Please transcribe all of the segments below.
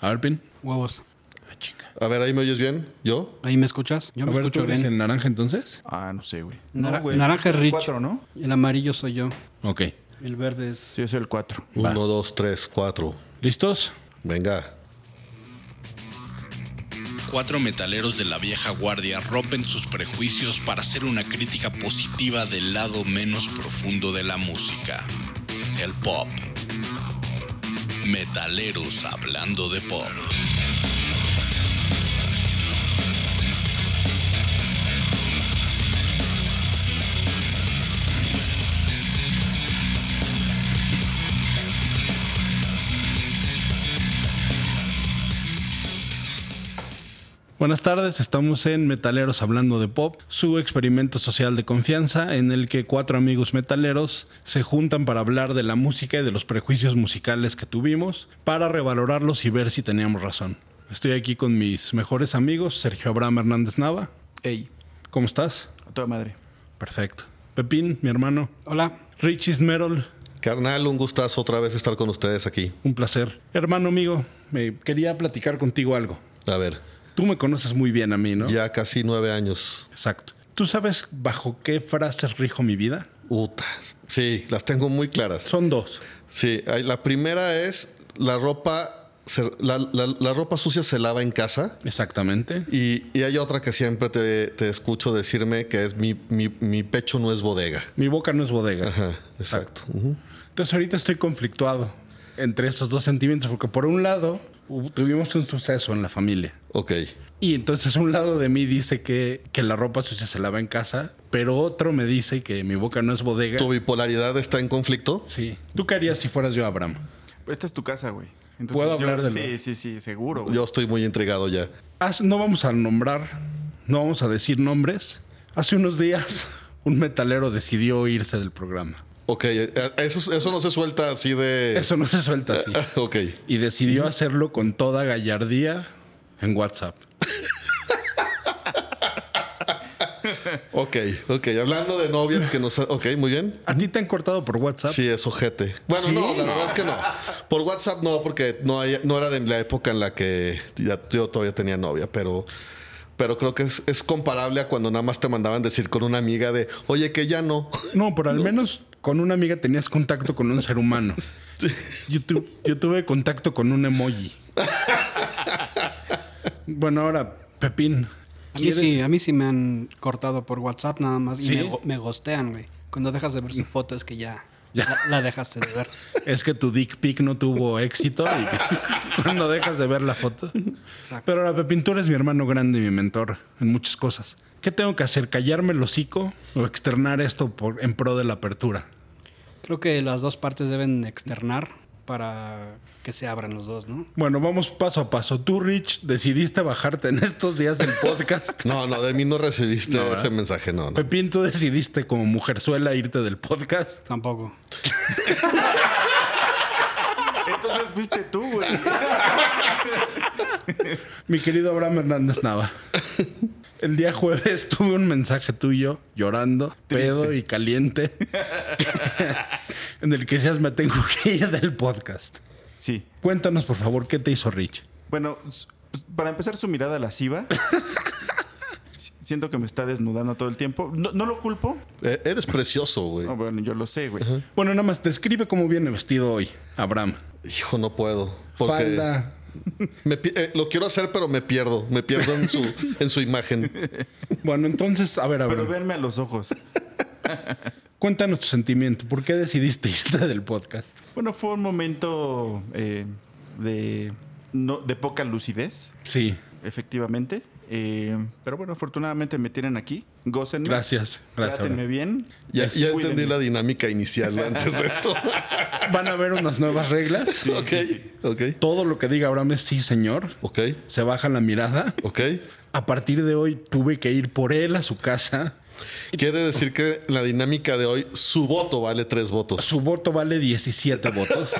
A ver, Pin. Huevos. Ah, chinga. A ver, ahí me oyes bien. ¿Yo? ¿Ahí me escuchas? Yo A me ver, ¿tú escucho eres bien. el naranja entonces? Ah, no sé, güey. Nara- No, güey. naranja es Rich. Cuatro, ¿no? El amarillo soy yo. Ok. El verde es. Sí, yo soy el cuatro. Uno, dos, tres, cuatro. ¿Listos? Venga. Cuatro metaleros de la vieja guardia rompen sus prejuicios para hacer una crítica positiva del lado menos profundo de la música, el pop. Metaleros hablando de pop. Buenas tardes, estamos en Metaleros Hablando de Pop, su experimento social de confianza en el que cuatro amigos metaleros se juntan para hablar de la música y de los prejuicios musicales que tuvimos, para revalorarlos y ver si teníamos razón. Estoy aquí con mis mejores amigos, Sergio Abraham Hernández Nava. Ey, ¿Cómo estás? a toda madre. Perfecto. Pepín, mi hermano. Hola. Richie Merol, Carnal, un gustazo otra vez estar con ustedes aquí. un placer. Hermano amigo, me quería platicar contigo algo. A ver, Tú me conoces muy bien a mí, ¿no? ya casi nueve años. Exacto. ¿Tú sabes bajo qué frases rijo mi vida? Utas. Sí, las tengo muy claras. Son dos. Sí, ahí la primera es la ropa, se- la, la- la ropa sucia se lava en casa. Exactamente. Y, y hay otra que siempre te, te escucho decirme que es mi, mi- mi pecho no es bodega. Mi boca no es bodega. Ajá, exacto. Entonces ahorita estoy conflictuado entre esos dos sentimientos, porque por un lado hu- tuvimos un suceso en la familia. Ok. Y entonces un lado de mí dice que, que la ropa sucia se lava en casa, pero otro me dice que mi boca no es bodega. ¿Tu bipolaridad está en conflicto? Sí. ¿Tú qué harías si fueras yo, Abraham? Esta es tu casa, güey. Entonces ¿Puedo yo- hablar de Sí, lo- sí, sí, seguro, güey. Yo estoy muy intrigado ya. Hace- no vamos a nombrar, no vamos a decir nombres. Hace unos días un metalero decidió irse del programa. Ok, eh, eso, eso no se suelta así de... Eso no se suelta así. Ok. Y decidió hacerlo con toda gallardía en WhatsApp. Ok, ok. Hablando de novias que nos... ha- Ok, muy bien. ¿A ti te han cortado por WhatsApp? Sí, es ojete. Bueno, ¿Sí? no, la verdad es que no. Por WhatsApp no, porque no, hay- no era de la época en la que ya- yo todavía tenía novia, pero, pero creo que es, es comparable a cuando nada más te mandaban decir con una amiga de, oye, que ya no. No, pero al menos con una amiga tenías contacto con un ser humano. Yo, tu- yo tuve contacto con un emoji. Bueno, ahora, Pepín. A mí, sí, a mí sí me han cortado por WhatsApp nada más y ¿Sí? me, go- me gostean, güey. Cuando dejas de ver su foto es que ya, Ya. La, la dejaste de ver. Es que tu dick pic no tuvo éxito y cuando dejas de ver la foto. Pero ahora, Pepín, tú eres mi hermano grande y mi mentor en muchas cosas. ¿Qué tengo que hacer? ¿Callarme el hocico o externar esto por, en pro de la apertura? Creo que las dos partes deben externar para que se abran los dos, ¿no? Bueno, vamos paso a paso. Tú, Rich, decidiste bajarte en estos días del podcast. No, no, de mí no recibiste No, ¿verdad? ese mensaje, no, no. Pepín, tú decidiste como mujerzuela irte del podcast. Tampoco. Entonces fuiste tú, güey. Mi querido Abraham Hernández Nava. El día jueves tuve un mensaje tuyo llorando, pedo y caliente, en el que decías me tengo que ir del podcast. Sí. Cuéntanos, por favor, qué te hizo Rich. Bueno, s- s- para empezar, su mirada lasciva. Si- Siento que me está desnudando todo el tiempo. No, no lo culpo. Eh, Eres precioso, güey. No, bueno, yo lo sé, güey. Bueno, nada más, describe cómo viene vestido hoy, Abraham. Hijo, no puedo. Porque Falda. me pi- eh, lo quiero hacer, pero me pierdo. Me pierdo en su, en su imagen. Bueno, entonces, a ver, Pero Abraham, verme a los ojos. cuéntanos tu sentimiento. ¿Por qué decidiste irte del podcast? Bueno, fue un momento eh, de, no, de poca lucidez, Sí, efectivamente. Eh, pero bueno, afortunadamente me tienen aquí. Gócenme. gracias. Gracias. Trátenme Abraham. bien. Ya, ya Cuídenme. entendí la dinámica inicial antes de esto. Van a haber unas nuevas reglas. ok, ok, Todo lo que diga Abraham es sí, señor. ok, Se baja la mirada. ok. A partir de hoy tuve que ir por él a su casa. Quiere decir que la dinámica de hoy, su voto vale tres votos. Su voto vale 17 votos.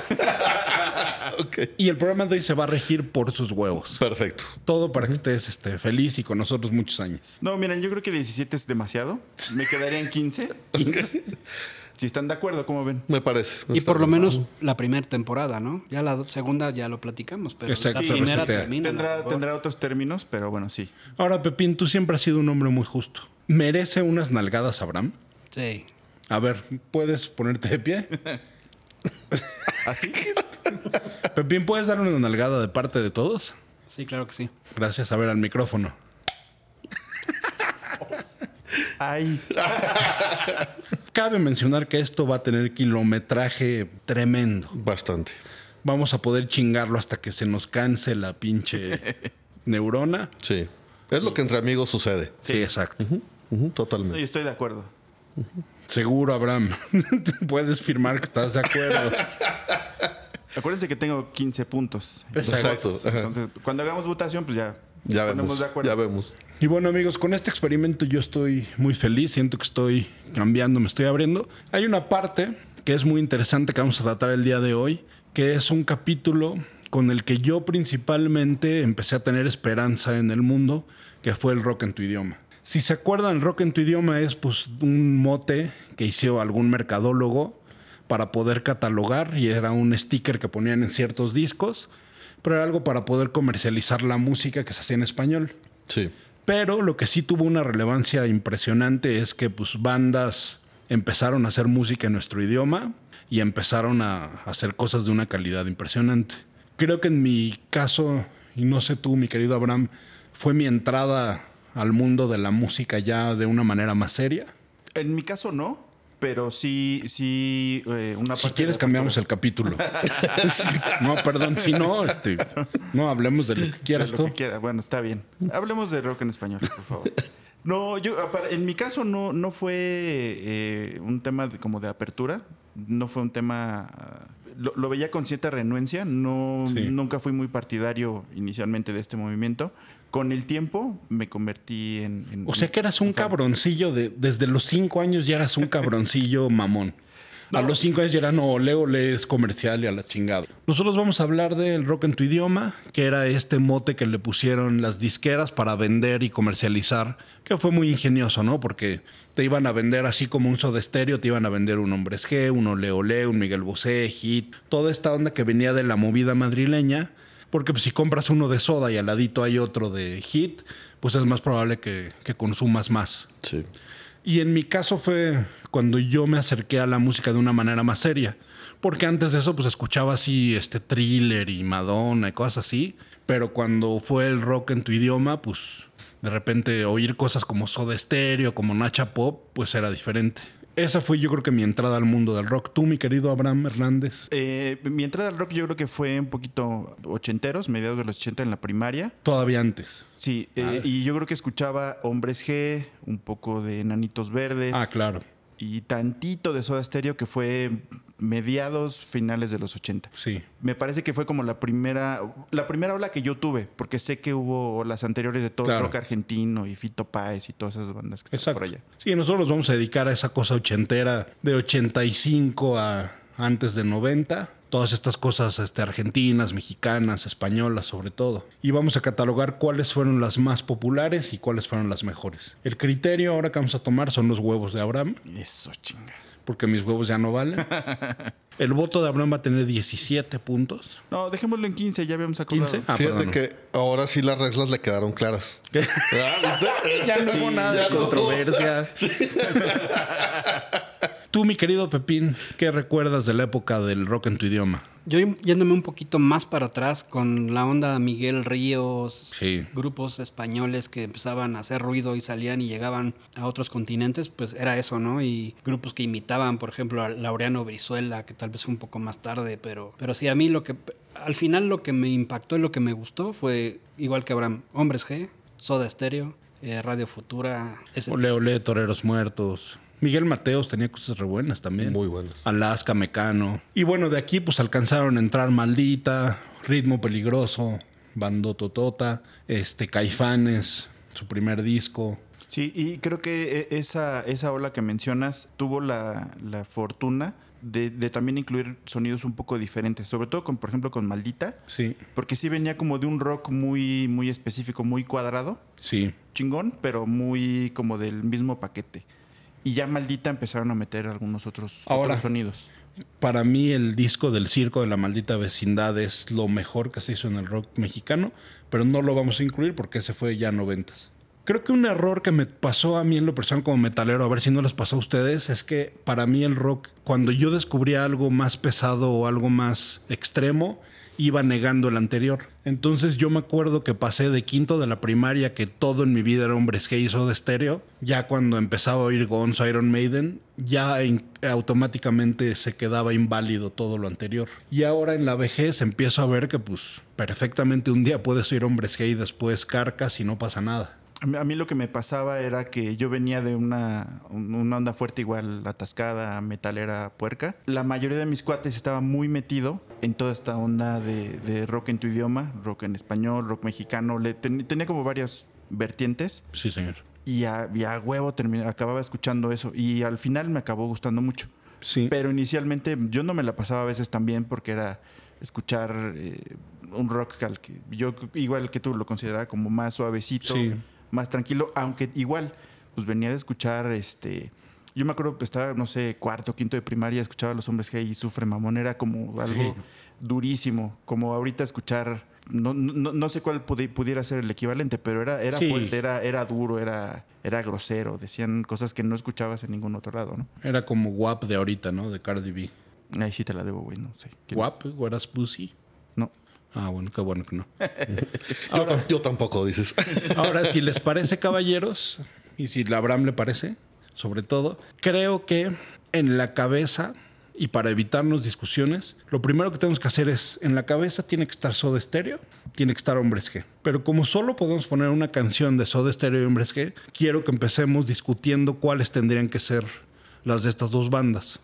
Ok. Y el programa de hoy se va a regir por sus huevos. Perfecto. Todo para que estés este, feliz y con nosotros muchos años. No, miren, yo creo que 17 es demasiado. Me quedarían 15. Si están de acuerdo, ¿cómo ven? Me parece. Y Está por lo bien. menos la primera temporada, ¿no? Ya la do- segunda ya lo platicamos, pero Exacto, la pero primera sí te- termina. Tendrá, tendrá otros términos, pero bueno, sí. Ahora, Pepín, tú siempre has sido un hombre muy justo. ¿Merece unas nalgadas Abraham? Sí. A ver, ¿puedes ponerte de pie? ¿Así? Pepín, ¿puedes dar una nalgada de parte de todos? Sí, claro que sí. Gracias, a ver, al micrófono. Ay. Cabe mencionar que esto va a tener kilometraje tremendo. Bastante. Vamos a poder chingarlo hasta que se nos canse la pinche neurona. Sí. Es lo que entre amigos sucede. Sí, exacto. Ujú, No, totalmente. yo estoy de acuerdo. Seguro, Abraham. Puedes firmar que estás de acuerdo. Acuérdense que tengo 15 puntos. Exacto. ajá. Entonces, cuando hagamos votación, pues ya, ya nos ponemos vemos. de acuerdo. Ya vemos. Y bueno amigos, con este experimento yo estoy muy feliz, siento que estoy cambiando, me estoy abriendo. Hay una parte que es muy interesante que vamos a tratar el día de hoy, que es un capítulo con el que yo principalmente empecé a tener esperanza en el mundo, que fue el rock en tu idioma. Si se acuerdan, el rock en tu idioma es pues un mote que hizo algún mercadólogo para poder catalogar y era un sticker que ponían en ciertos discos, pero era algo para poder comercializar la música que se hacía en español. Sí. Pero lo que sí tuvo una relevancia impresionante es que pues, bandas empezaron a hacer música en nuestro idioma y empezaron a hacer cosas de una calidad impresionante. Creo que en mi caso, y no sé tú, mi querido Abraham, fue mi entrada al mundo de la música ya de una manera más seria. En mi caso no, pero sí, sí, eh, una Si parte quieres de- cambiamos el capítulo. no, perdón, si no, este, no hablemos de lo que de quieras lo tú. que quiera. Bueno, está bien. Hablemos de rock en español, por favor. No, yo apar- en mi caso no, no fue eh, un tema de- como de apertura, no fue un tema ah, lo, lo veía con cierta renuencia, no Sí. nunca fui muy partidario inicialmente de este movimiento. Con el tiempo me convertí en, en- O sea que eras un en fan. cabroncillo de, desde los cinco años ya eras un cabroncillo mamón. A No. los cinco años ya era no, ole, ole, es comercial y a la chingada. Nosotros vamos a hablar del rock en tu idioma, que era este mote que le pusieron las disqueras para vender y comercializar, que fue muy ingenioso, ¿no? Porque te iban a vender así como un soda estéreo, te iban a vender un Hombres G, un Ole Ole, un Miguel Bosé, Hit, toda esta onda que venía de la movida madrileña. Porque pues, si compras uno de soda y al ladito hay otro de hit, pues es más probable que, que consumas más. Sí. Y en mi caso fue cuando yo me acerqué a la música de una manera más seria. Porque antes de eso, pues escuchaba así este thriller y Madonna y cosas así. Pero cuando fue el rock en tu idioma, pues de repente oír cosas como Soda Stereo, como Nacha Pop, pues era diferente. Esa fue yo creo que mi entrada al mundo del rock. Tú, mi querido Abraham Hernández, Eh, mi entrada al rock yo creo que fue un poquito ochenteros, mediados de los 80 en la primaria. todavía antes. Sí, eh, Ah. y yo creo que escuchaba Hombres G, un poco de Nanitos Verdes Ah, claro. y tantito de Soda Stereo que fue mediados, finales de los 80. Sí. Me parece que fue como la primera la primera ola que yo tuve, porque sé que hubo olas anteriores de todo el Claro. rock argentino y Fito Páez y todas esas bandas que están Exacto. por allá. Sí, nosotros nos vamos a dedicar a esa cosa ochentera de 85 a antes de 90. Todas estas cosas este, argentinas, mexicanas, españolas sobre todo. Y vamos a catalogar cuáles fueron las más populares y cuáles fueron las mejores. El criterio ahora que vamos a tomar son los huevos de Abraham, Eso, chinga. porque mis huevos ya no valen. El voto de Abraham va a tener 17 puntos. No, dejémoslo en 15, ya habíamos acordado. 15. Ah, Fíjate perdón. que ahora sí las reglas le quedaron claras. ¿Verdad? ¿Viste? Eh, Ya no Sí, hubo nada ya de no. controversia. Tú, mi querido Pepín, ¿qué recuerdas de la época del rock en tu idioma? Yo yéndome un poquito más para atrás con la onda Miguel Ríos, Sí. grupos españoles que empezaban a hacer ruido y salían y llegaban a otros continentes, pues era eso, ¿no? Y grupos que imitaban, por ejemplo, a Laureano Brizuela, que tal vez fue un poco más tarde, pero, pero sí, a mí lo que, al final lo que me impactó y lo que me gustó fue, igual que Abraham, Hombres G, Soda Stereo, eh, Radio Futura, ese Ole, ole, toreros muertos. Miguel Mateos tenía cosas re buenas también. Muy buenas. Alaska, Mecano. Y bueno, de aquí pues alcanzaron a entrar Maldita, Ritmo Peligroso, Bando Totota, este, Caifanes, su primer disco. Sí, y creo que e- esa, esa ola que mencionas tuvo la, la fortuna de, de también incluir sonidos un poco diferentes, sobre todo con, por ejemplo, con Maldita, Sí, porque sí venía como de un rock muy, muy específico, muy cuadrado, sí. chingón, pero muy como del mismo paquete. Y ya maldita empezaron a meter algunos otros, Ahora. otros sonidos. Para mí el disco del circo de la maldita vecindad es lo mejor que se hizo en el rock mexicano, pero no lo vamos a incluir porque ese fue ya noventas. Creo que un error que me pasó a mí en lo personal como metalero, a ver si no les pasó a ustedes, es que para mí el rock, cuando yo descubría algo más pesado o algo más extremo, iba negando el anterior. Entonces yo me acuerdo que pasé de quinto de la primaria, que todo en mi vida era hombres que hizo de estéreo, ya cuando empezaba a oír Guns, Iron Maiden, ya en- automáticamente se quedaba inválido todo lo anterior. Y ahora en la vejez empiezo a ver que pues perfectamente un día puedes oír hombres que y después carcas y no pasa nada. A mí, a mí lo que me pasaba era que yo venía de una, un- una onda fuerte igual, atascada, metalera, puerca. La mayoría de mis cuates estaba muy metido en toda esta onda de, de rock en tu idioma, rock en español, rock mexicano. Le, ten- tenía como varias vertientes Sí, señor. y a, y a huevo termi- acababa escuchando eso. Y al final me acabó gustando mucho. Sí. Pero inicialmente yo no me la pasaba a veces tan bien porque era escuchar eh, un rock al que yo, igual que tú, lo consideraba como más suavecito, Sí. más tranquilo, aunque igual, pues venía de escuchar este. Yo me acuerdo que estaba, no sé, cuarto, quinto de primaria, escuchaba a los hombres que y sufre mamón, era como algo durísimo, como ahorita escuchar. No, no, no sé cuál pudi- pudiera ser el equivalente, pero era, era Sí. fuerte, era, era duro, era, era grosero, decían cosas que no escuchabas en ningún otro lado, ¿no? Era como WAP de ahorita, ¿no? De Cardi B. Ahí sí te la debo, güey, no sé. ¿Quién es? WAP, What is Pussy. No. Ah, bueno, qué bueno que no. Yo, tam- yo tampoco, dices. Ahora, si les parece, caballeros, y si la Abraham le parece, sobre todo, creo que en la cabeza, y para evitarnos discusiones, lo primero que tenemos que hacer es, en la cabeza tiene que estar Soda Stereo, tiene que estar Hombres G. Pero como solo podemos poner una canción de Soda Stereo y Hombres G, quiero que empecemos discutiendo cuáles tendrían que ser las de estas dos bandas.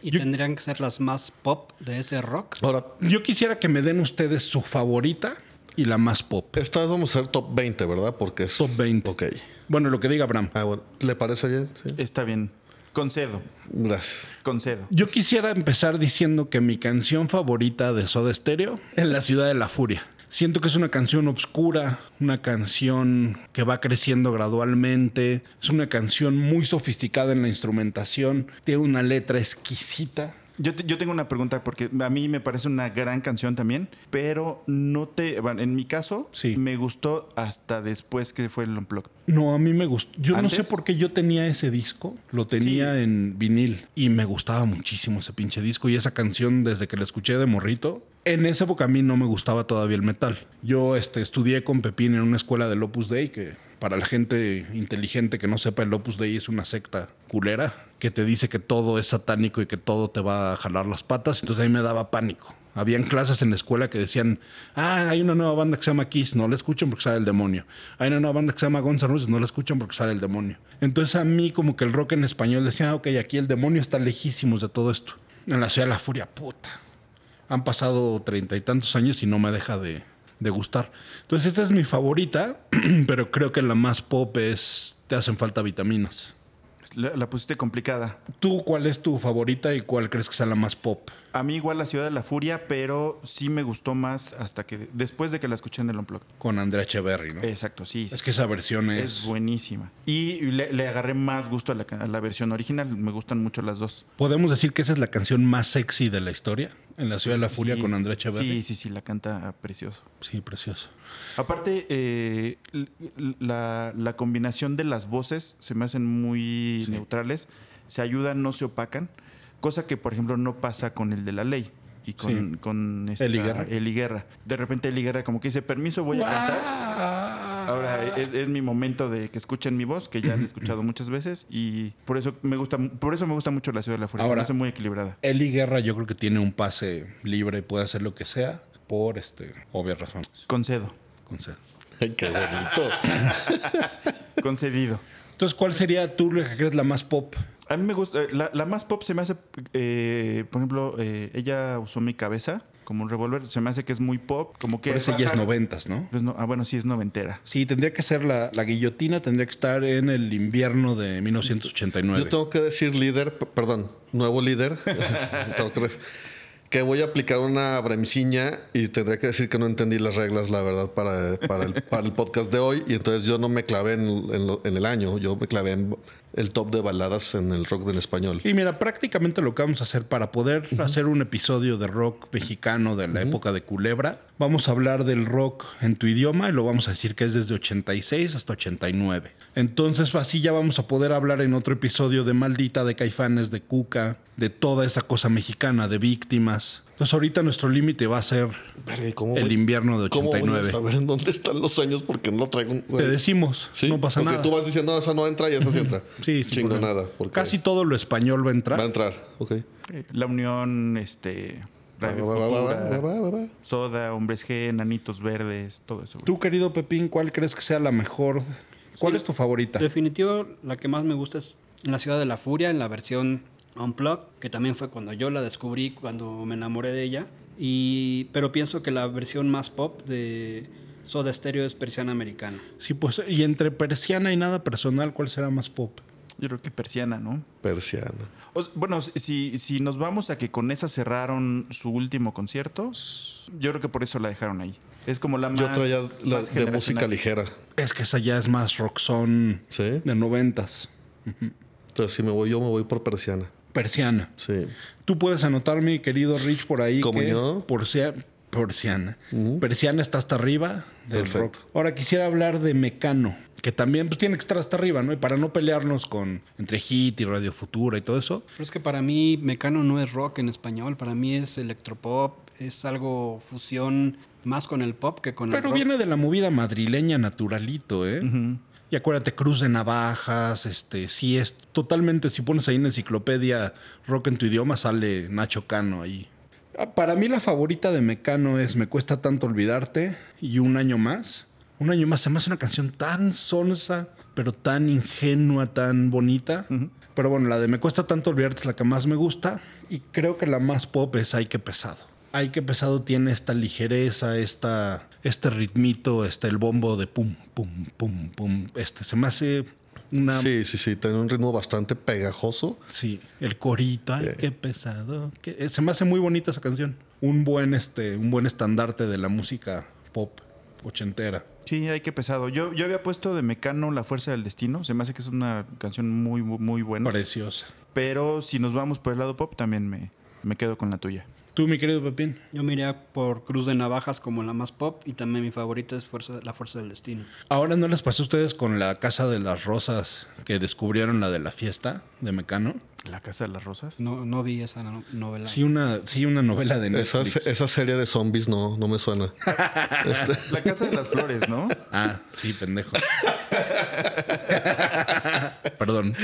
Y tendrían que ser las más pop de ese rock. Ahora, Yo quisiera que me den ustedes su favorita y la más pop. esta vez vamos a ser top 20, ¿verdad? Porque es. Top 20. Ok. Bueno, lo que diga Abraham. Ah, bueno. ¿Le parece bien? Sí. Está bien. Concedo, Gracias. concedo. Yo quisiera empezar diciendo que mi canción favorita de Soda Stereo es La Ciudad de la Furia. Siento que es una canción obscura, una canción que va creciendo gradualmente, es una canción muy sofisticada en la instrumentación, tiene una letra exquisita. Yo, te- yo tengo una pregunta porque a mí me parece una gran canción también, pero no te... bueno, en mi caso, Sí. me gustó hasta después que fue el Unplugged. No, a mí me gustó. Yo no ¿Antes? sé por qué yo tenía ese disco, lo tenía en vinil y me gustaba muchísimo ese pinche disco y esa canción desde que la escuché de morrito. En esa época a mí no me gustaba todavía el metal. Yo este, estudié con Pepín en una escuela del Opus Dei, que para la gente inteligente que no sepa, el Opus Dei es una secta culera que te dice que todo es satánico y que todo te va a jalar las patas. Entonces ahí me daba pánico. Habían clases en la escuela que decían, ah, hay una nueva banda que se llama Kiss, no la escuchan porque sale el demonio. Hay una nueva banda que se llama Guns N' Roses, no la escuchan porque sale el demonio. Entonces a mí como que el rock en español decía, "Ah, ok, aquí el demonio está lejísimos de todo esto. En la ciudad de la furia, puta. Han pasado treinta y tantos años y no me deja de, de gustar. Entonces esta es mi favorita, pero creo que la más pop es, te hacen falta vitaminas. La, la pusiste complicada. ¿Tú cuál es tu favorita y cuál crees que sea la más pop? A mí igual la Ciudad de la Furia, pero sí me gustó más hasta que... Después de que la escuché en el Unplugged. Con Andrea Echeverry, ¿no? Exacto, sí. Es que esa versión es... es buenísima. Y le, le agarré más gusto a la, ca- a la versión original. Me gustan mucho las dos. ¿Podemos decir que esa es la canción más sexy de la historia? En la Ciudad de la Furia Sí, con sí. Andrea Echeverry. Sí, sí, sí, la canta precioso. Sí, precioso. Aparte, eh, l- l- la, la combinación de las voces se me hacen muy neutrales, se ayudan, no se opacan, cosa que, por ejemplo, no pasa con el de la ley y con, Sí. con esta- Eli Guerra. Eli Guerra. De repente Eli Guerra como que dice, permiso, voy a cantar. Ahora es, es mi momento de que escuchen mi voz, que ya han escuchado muchas veces y por eso me gusta, por eso me gusta mucho la ciudad de la fuerza, Ahora- me hace muy equilibrada. Eli Guerra yo creo que tiene un pase libre, puede hacer lo que sea, por este, obvias razones. Concedo, Concedo. Ay, Qué bonito. concedido. Entonces, ¿cuál sería tú la que crees la más pop? A mí me gusta. eh, La, la más pop se me hace. eh, por ejemplo, eh, ella usó mi cabeza como un revólver. Se me hace que es muy pop. Como que. Pero esa ya es baja- noventas, ¿no? Pues no- ah, bueno, sí es noventera. Sí, tendría que ser la, la guillotina, tendría que estar en el invierno de 1989. Yo tengo que decir líder, p- perdón, nuevo líder. Tengo que re- que voy a aplicar una bremciña y tendré que decir que no entendí las reglas, la verdad, para, para, el, para el podcast de hoy. Y entonces yo no me clavé en, en lo- en el año, yo me clavé en, el top de baladas en el rock del español. Y mira, prácticamente lo que vamos a hacer para poder hacer un episodio de rock mexicano de la época de Culebra, vamos a hablar del rock en tu idioma y lo vamos a decir que es desde 86 hasta 89. Entonces, así ya vamos a poder hablar en otro episodio de Maldita, de Caifanes, de Cuca, de toda esta cosa mexicana, de víctimas. Entonces, ahorita nuestro límite va a ser Verga, ¿y cómo el voy- invierno de ¿Cómo voy a 89. saber en dónde están los años? Porque no traigo. un- Te decimos, Pues, Sí, no pasa porque nada. tú vas diciendo, no, esa no entra y esa sí entra. Sí, sin Chingonada. problema. Porque Casi todo lo español va a entrar. Va a entrar. Ok. La Unión, este, Radio Va, va, va, va, Futura, va, va, va, va. Soda, Hombres G, Nanitos Verdes, todo eso. güey. Tú, querido Pepín, ¿cuál crees que sea la mejor? ¿Cuál Sí. es tu favorita? Definitivo, la que más me gusta es La Ciudad de la Furia, en la versión Unplugged, que también fue cuando yo la descubrí, cuando me enamoré de ella. Y, pero pienso que la versión más pop de Soda Stereo es Persiana Americana. Sí, pues, y entre persiana y nada personal, ¿cuál será más pop? Yo creo que Persiana, ¿no? Persiana. O- bueno, si, si nos vamos a que con esa cerraron su último concierto, yo creo que por eso la dejaron ahí. Es como la más. Yo traía la más de música generacional. ligera. Es que esa ya es más rockzón Sí. de noventas. Entonces, si me voy yo, me voy por persiana. Persiana. Sí. Tú puedes anotar, mi querido Rich, por ahí. ¿Cómo que yo? porcia- Persiana. Persiana está hasta arriba del Perfecto. rock. Ahora quisiera hablar de Mecano, que también pues, tiene que estar hasta arriba, ¿no? Y para no pelearnos con entre Hit y Radio Futura y todo eso, Pero es que para mí Mecano no es rock en español, para mí es electropop, es algo fusión más con el pop que con el Pero rock. viene de la movida madrileña naturalito, ¿eh? Y acuérdate, cruz de navajas, este, sí es totalmente, si pones ahí en enciclopedia rock en tu idioma, sale Nacho Cano ahí. Ah, Para mí la favorita de Mecano es Me cuesta tanto olvidarte y Un año más. Un año más se me hace una canción tan sonsa, pero tan ingenua, tan bonita. Pero bueno, la de Me cuesta tanto olvidarte es la que más me gusta y creo que la más pop es Hay que pesado. Hay que pesado tiene esta ligereza, esta, este ritmito, este, el bombo de pum, pum, pum, pum. Este, se me hace una... Sí. Sí, sí, sí. Tiene un ritmo bastante pegajoso. el corito, ay, Sí. qué pesado. qué- eh, Se me hace muy bonita esa canción. Un buen, este, un buen estandarte de la música pop ochentera. Sí, hay que pesado. Yo, yo había puesto de Mecano La Fuerza del Destino. Se me hace que es una canción muy, muy, muy buena. Preciosa. Pero si nos vamos por el lado pop, también me, me quedo con la tuya. Tú, mi querido Pepín. Yo me iría por Cruz de Navajas como la más pop y también mi favorita es Fuerza, La Fuerza del Destino. Ahora no les pasó a ustedes con la Casa de las Rosas que descubrieron la de la fiesta de Mecano. La Casa de las Rosas. No, no vi esa no- novela. Sí, una, sí, una novela de Esa, Netflix. esa serie de zombies no, no me suena. La Casa de las Flores, ¿no? Ah, sí, pendejo. Perdón.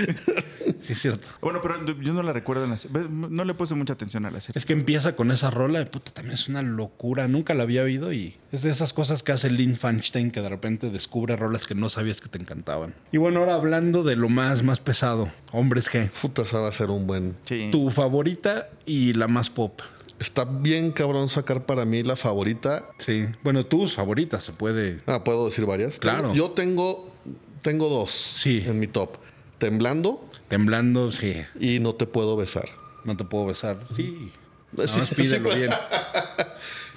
Sí, es cierto. Bueno, pero yo no la recuerdo. En la se- pues, no le puse mucha atención a la serie. Es que empieza con esa rola de puta, también es una locura. Nunca la había oído y es de esas cosas que hace Lynn Fanstein que de repente descubre rolas que no sabías que te encantaban. Y bueno, ahora hablando de lo más, más pesado, Hombres G. Puta, esa va a ser un buen. Sí. Tu favorita y la más pop. Está bien cabrón sacar para mí la favorita. Sí. Bueno, tus favoritas se puede. Ah, ¿puedo decir varias? Claro. Yo tengo, tengo dos Sí. en mi top. Temblando Temblando, sí. y No te puedo besar. No te puedo besar. Sí. Nada Sí, más pídelo sí. bien.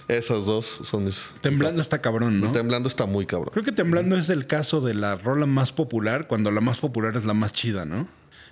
Esas dos son mis... Temblando está cabrón, ¿no? Temblando está muy cabrón. Creo que Temblando es el caso de la rola más popular, cuando la más popular es la más chida, ¿no?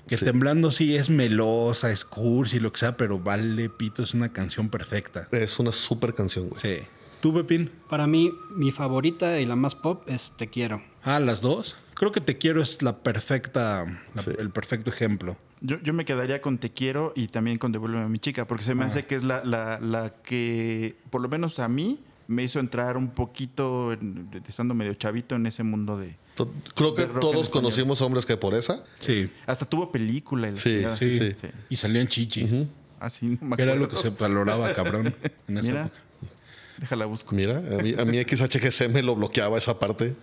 Que Sí. Temblando sí es melosa, es cursi, lo que sea, pero vale, pito, es una canción perfecta. Es una super canción, güey. Sí. ¿Tú, Pepín? Para mí, mi favorita y la más pop es Te Quiero. Ah, las dos. Creo que Te Quiero es la perfecta, la- Sí. el perfecto ejemplo. Yo, yo me quedaría con Te Quiero y también con Devuélveme a mi chica, porque se me Ah. hace que es la, la- la que, por lo menos a mí, me hizo entrar un poquito, en- estando medio chavito en ese mundo de... To- Creo que Del rock en todos español. conocimos hombres que por esa. Sí. Hasta tuvo película y la Sí, chingada. sí, sí. Y salían chichis. Así no me Que Era lo que acuerdo. se valoraba, cabrón, en esa Mira, época. déjala busco. Mira, a mí, a mí XHGC me lo bloqueaba esa parte.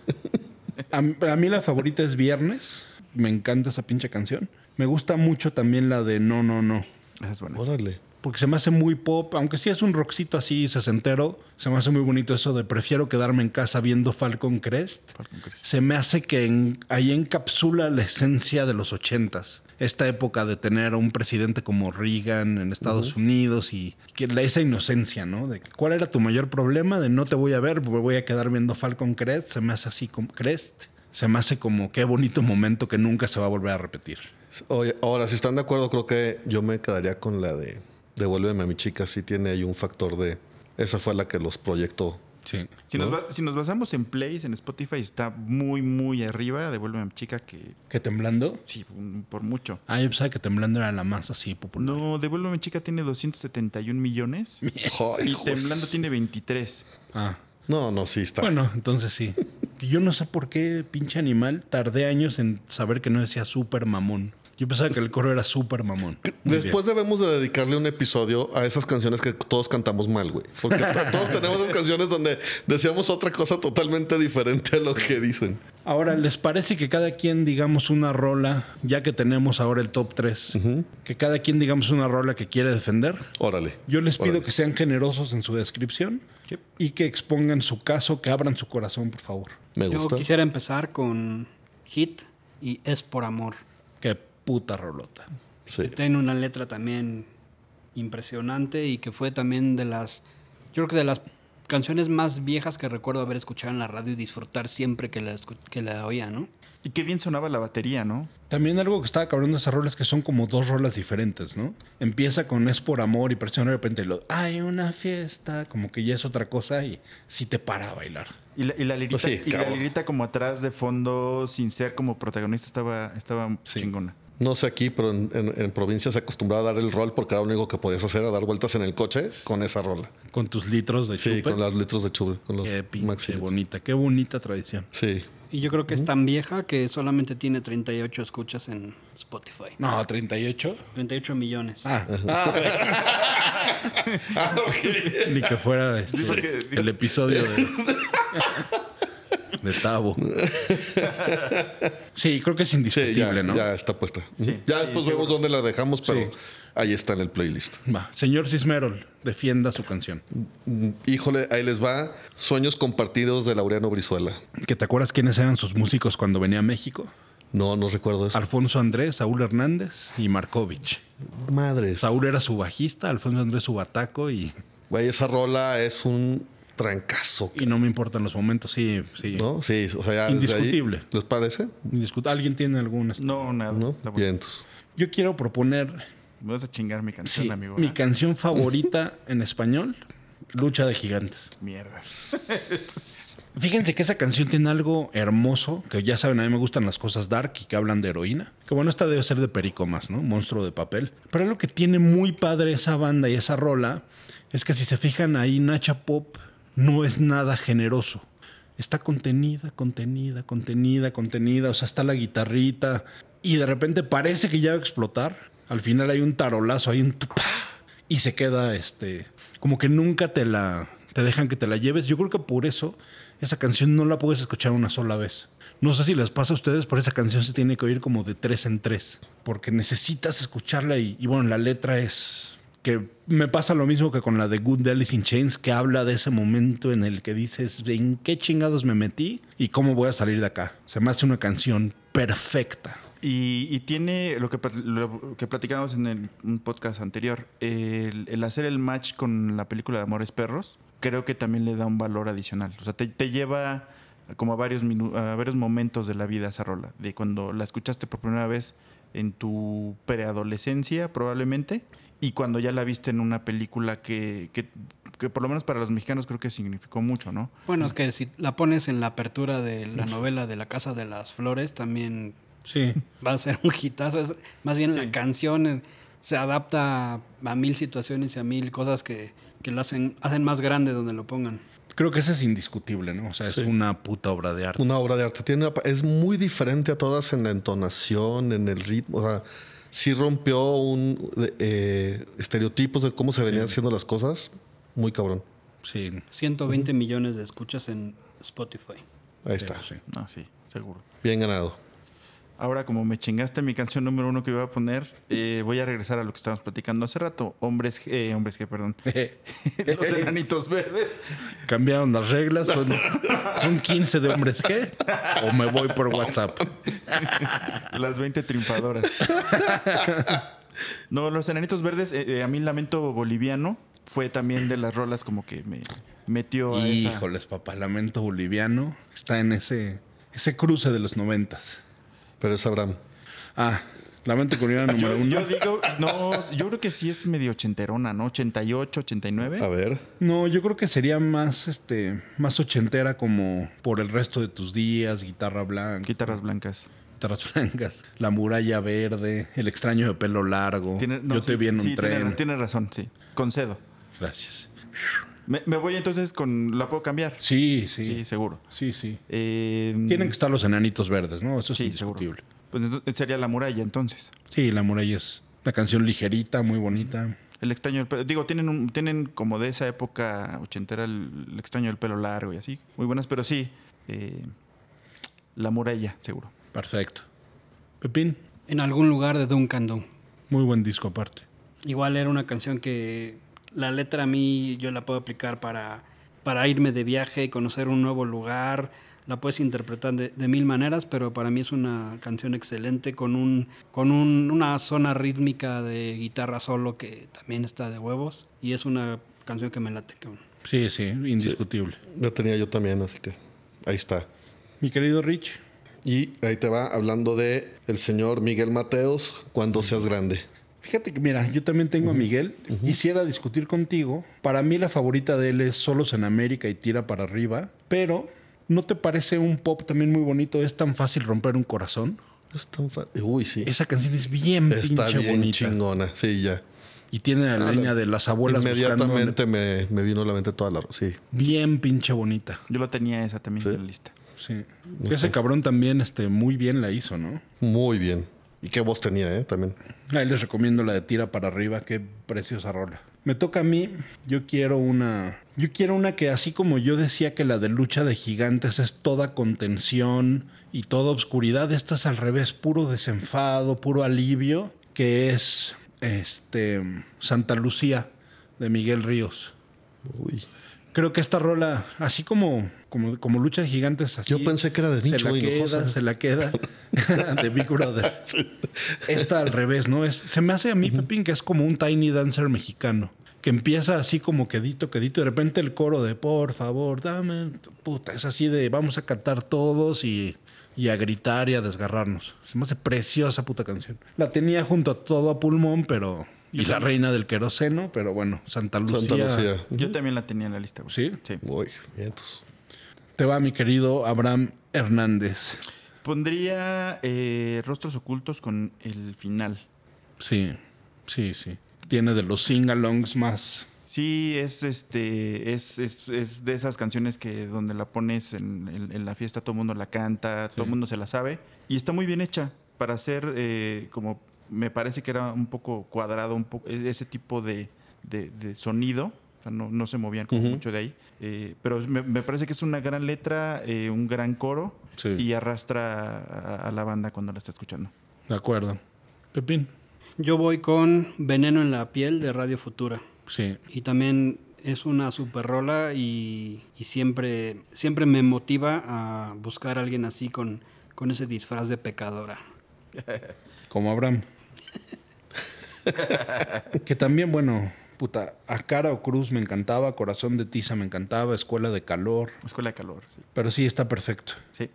A, m- a mí la favorita es Viernes. Me encanta esa pinche canción. Me gusta mucho también la de No, no, no. Esa es buena. Órale. Porque se me hace muy pop, aunque sí es un rockcito así sesentero, se me hace muy bonito eso de prefiero quedarme en casa viendo Falcon Crest. Falcon Crest. Se me hace que en- ahí encapsula la esencia de los ochentas. Esta época de tener a un presidente como Reagan en Estados Unidos y que la- esa inocencia, ¿no? De que, cuál era tu mayor problema de no te voy a ver, me voy a quedar viendo Falcon Crest, se me hace así como Crest. se me hace como qué bonito momento que nunca se va a volver a repetir. Oye, ahora, si están de acuerdo, creo que yo me quedaría con la de Devuélveme a mi chica. Sí tiene ahí un factor de... Esa fue la que los proyectó. Sí. Si, nos, ba- si nos basamos en plays, en Spotify está muy, muy arriba. Devuélveme a mi chica que ¿Que temblando? sí, un- por mucho. Ah, yo pensaba que temblando era la más así popular. No, Devuélveme a mi chica tiene 271 millones Ay, y hijos. Temblando tiene 23. Ah. No, no, sí está. Bueno, entonces sí. Yo no sé por qué, pinche animal, tardé años en saber que no decía super mamón. Yo pensaba que el coro era super mamón. Muy bien. Después debemos de dedicarle un episodio a esas canciones que todos cantamos mal, güey. Porque to- todos tenemos esas canciones donde decíamos otra cosa totalmente diferente a lo que dicen. Ahora, ¿les parece que cada quien digamos una rola, ya que tenemos ahora el top 3, que cada quien digamos una rola que quiere defender? Órale. Yo les pido Órale. que sean generosos en su descripción Yep. y que expongan su caso, que abran su corazón, por favor. Me Yo gusta. quisiera empezar con Hit y Es por Amor. Qué puta rolota. Sí. que tiene una letra también impresionante y que fue también de las, yo creo que de las canciones más viejas que recuerdo haber escuchado en la radio y disfrutar siempre que la, escu- que la oía, ¿no? Y qué bien sonaba la batería, ¿no? También algo que estaba cabrón de esa rola es que son como dos rolas diferentes, ¿no? Empieza con Es por amor y parece de repente lo hay una fiesta, como que ya es otra cosa y sí te para a bailar. Y la, y la lirita, Pues Sí, y la cabrón. lirita como atrás de fondo, sin ser como protagonista, estaba, estaba Sí. chingona. No sé aquí, pero en, en- en provincia se acostumbraba a dar el rol porque era lo único que podías hacer, a dar vueltas en el coche con esa rola. Con tus litros de Sí, chupe. con los litros de chubre, con los Qué pinche maxi- bonita, qué bonita tradición. Sí. Y yo creo que es tan vieja que solamente tiene 38 escuchas en Spotify. No, 38. 38 millones. Ah, ah, Ah, ok. ni que fuera este, Sí, porque- el episodio de, de Tabo. Sí, creo que es Sí, ya, indiscutible, ¿no? ya está puesta. Sí, ya sí, después seguro. vemos dónde la dejamos, pero Sí. ahí está en el playlist. Va, señor Cismerol, defienda su canción. Mm, Híjole, ahí les va. Sueños compartidos de Laureano Brizuela. ¿Que te acuerdas quiénes eran sus músicos cuando venía a México? No, no recuerdo eso. Alfonso Andrés, Saúl Hernández y Markovich. Madres. Saúl era su bajista, Alfonso Andrés su bataco y, Güey, esa rola es un trancazo. y no me importan los momentos, sí, sí. ¿No? Sí, o sea, ya desde ahí- Indiscutible. ¿Les parece? Indiscut- ¿Alguien tiene algunas? No, nada. ¿No? está bueno. Bien, entonces. Yo quiero proponer Me vas a chingar mi canción, sí, amigo. mi ¿eh? canción favorita en español, Lucha de Gigantes. Mierda. Fíjense que esa canción tiene algo hermoso, que ya saben, a mí me gustan las cosas dark y que hablan de heroína. Que bueno, esta debe ser de pericomas, ¿no? Monstruo de papel. Pero lo que tiene muy padre esa banda y esa rola es que si se fijan ahí, Nacha Pop no es nada generoso. Está contenida, contenida, contenida, contenida. O sea, está la guitarrita y de repente parece que ya va a explotar. Al final hay un tarolazo, hay un tupá y se queda este como que nunca te la te dejan que te la lleves. Yo creo que por eso esa canción no la puedes escuchar una sola vez. No sé si les pasa a ustedes, pero esa canción se tiene que oír como de tres en tres, porque necesitas escucharla y, y bueno, la letra es que me pasa lo mismo que con la de Good de Alice in Chains, que habla de ese momento en el que dices, ¿en qué chingados me metí y cómo voy a salir de acá? Se me hace una canción perfecta. Y, y tiene lo que, pl- lo que platicábamos en el, un podcast anterior, el, el hacer el match con la película de Amores Perros, creo que también le da un valor adicional. O sea, te, te lleva como a varios, minu- a varios momentos de la vida esa rola, de cuando la escuchaste por primera vez en tu preadolescencia probablemente, y cuando ya la viste en una película que, que, que por lo menos para los mexicanos creo que significó mucho, ¿no? Bueno, es que si la pones en la apertura de la novela de La Casa de las Flores, también Sí. va a ser un hitazo. Es- más bien la canción eh, se adapta a, a mil situaciones y a mil cosas que, que la hacen, hacen más grande donde lo pongan. Creo que esa es indiscutible, ¿no? O sea, es una puta obra de arte. Una obra de arte. Tiene, una- es muy diferente a todas en la entonación, en el ritmo. O sea, sí rompió un eh, estereotipos de cómo se venían haciendo las cosas. Muy cabrón. Sí. 120 millones de escuchas en Spotify. Ahí está. Sí. No, Ah, sí, seguro. Bien ganado. Ahora, como me chingaste mi canción número uno que iba a poner, eh, voy a regresar a lo que estábamos platicando hace rato. Hombres, eh, hombres que, perdón. Los enanitos verdes. Cambiaron las reglas. Son, son 15 de hombres qué. O me voy por WhatsApp. Las 20 triunfadoras. No, los enanitos verdes, eh, eh, a mí Lamento Boliviano fue también de las rolas como que me metió a esa- Híjoles, papá. Lamento boliviano. Está en ese. ese cruce de los noventas. Pero es Abraham. Ah, Lamento Comunidad número Ah, Yo, uno. yo digo, no, yo creo que sí es medio ochenterona, ¿no? 88, 89. A ver. No, yo creo que sería más, este, más ochentera como por el resto de tus días, guitarra blanca, Guitarras blancas. guitarras blancas, la muralla verde, el extraño de pelo largo, Tiene- no, Oh, yo te sí, vi en un sí, tiene- tren. tiene razón, sí. Concedo. Gracias. Me, me voy entonces con. ¿La puedo cambiar? Sí, sí, Sí, sí, seguro. sí, Eh, Tienen que estar los enanitos verdes, ¿no? Eso es Sí, seguro. indiscutible. Pues entonces sería la muralla, entonces. Sí, la muralla es una canción ligerita, muy bonita. El extraño del pelo. Digo, tienen, un- tienen como de esa época ochentera el, el extraño del pelo largo y así. Muy buenas, pero sí. eh, la muralla, seguro. Perfecto. Pepín, En algún lugar de Duncan Doo. muy buen disco aparte. Igual era una canción que la letra a mí yo la puedo aplicar para, para irme de viaje y conocer un nuevo lugar. La puedes interpretar de, de mil maneras, pero para mí es una canción excelente con, un, con un- una zona rítmica de guitarra solo que también está de huevos. Y es una canción que me late. cabrón. Sí, sí, indiscutible. La tenía yo también, así que ahí está. Mi querido Rich, Y ahí te va hablando de el señor Miguel Mateos cuando seas grande. Fíjate que, mira, yo también tengo a Miguel. Quisiera discutir contigo. Para mí la favorita de él es Solos en América y Tira para arriba. Pero, ¿no te parece un pop también muy bonito? Es tan fácil romper un corazón. Es tan fa- Uy, sí. Esa canción es bien Está pinche bien bonita. chingona. Sí, ya. Y tiene la Ah, línea la- de las abuelas buscando Inmediatamente me, me vino a la mente toda la... Sí. Bien pinche bonita. Yo la tenía esa también en la lista. Sí. Que Ese cabrón también este, muy bien la hizo, ¿no? Muy bien. Y qué voz tenía, ¿eh? También. Ahí les recomiendo la de Tira para arriba, qué preciosa rola. Me toca a mí, yo quiero una, yo quiero una que así como yo decía que la de lucha de gigantes es toda contención y toda obscuridad, esta es al revés, puro desenfado, puro alivio, que es este Santa Lucía de Miguel Ríos. Uy. Creo que esta rola, así como, como, como lucha de gigantes, así, Yo pensé que era de se Nicho la Hinojosa. queda, se la queda de Big Brother. Esta al revés, ¿no? Es, se me hace a mí, Pepín, que es como un tiny dancer mexicano. Que empieza así como quedito, quedito. y De repente el coro de por favor, dame. Puta, es así de vamos a cantar todos y, y a gritar y a desgarrarnos. Se me hace preciosa puta canción. La tenía junto a todo a pulmón, pero. Y la reina del queroseno, pero bueno, Santa Lucía. Santa Lucía. Yo también la tenía en la lista. güey. ¿Sí? Sí. Uy, vientos. Te va, mi querido Abraham Hernández. Pondría eh, Rostros Ocultos con el final. Sí, sí, sí. Tiene de los sing-alongs más. Sí, es este, es, es, es de esas canciones que donde la pones en, en- en la fiesta, todo el mundo la canta, todo el mundo se la sabe. Y está muy bien hecha para hacer eh, como me parece que era un poco cuadrado, un poco e- ese tipo de, de- de sonido. O sea, no, no se movían como mucho de ahí. Eh, pero me, me parece que es una gran letra, eh, un gran coro Sí. y arrastra a- a la banda cuando la está escuchando. De acuerdo. Pepín. Yo voy con Veneno en la piel de Radio Futura. Sí. Y también es una super rola y, y siempre, siempre me motiva a buscar a alguien así con, con ese disfraz de pecadora. Como Abraham. que también, bueno, puta, a cara o cruz me encantaba, corazón de tiza me encantaba, escuela de calor. Escuela de calor, sí. Pero sí, está perfecto. Sí.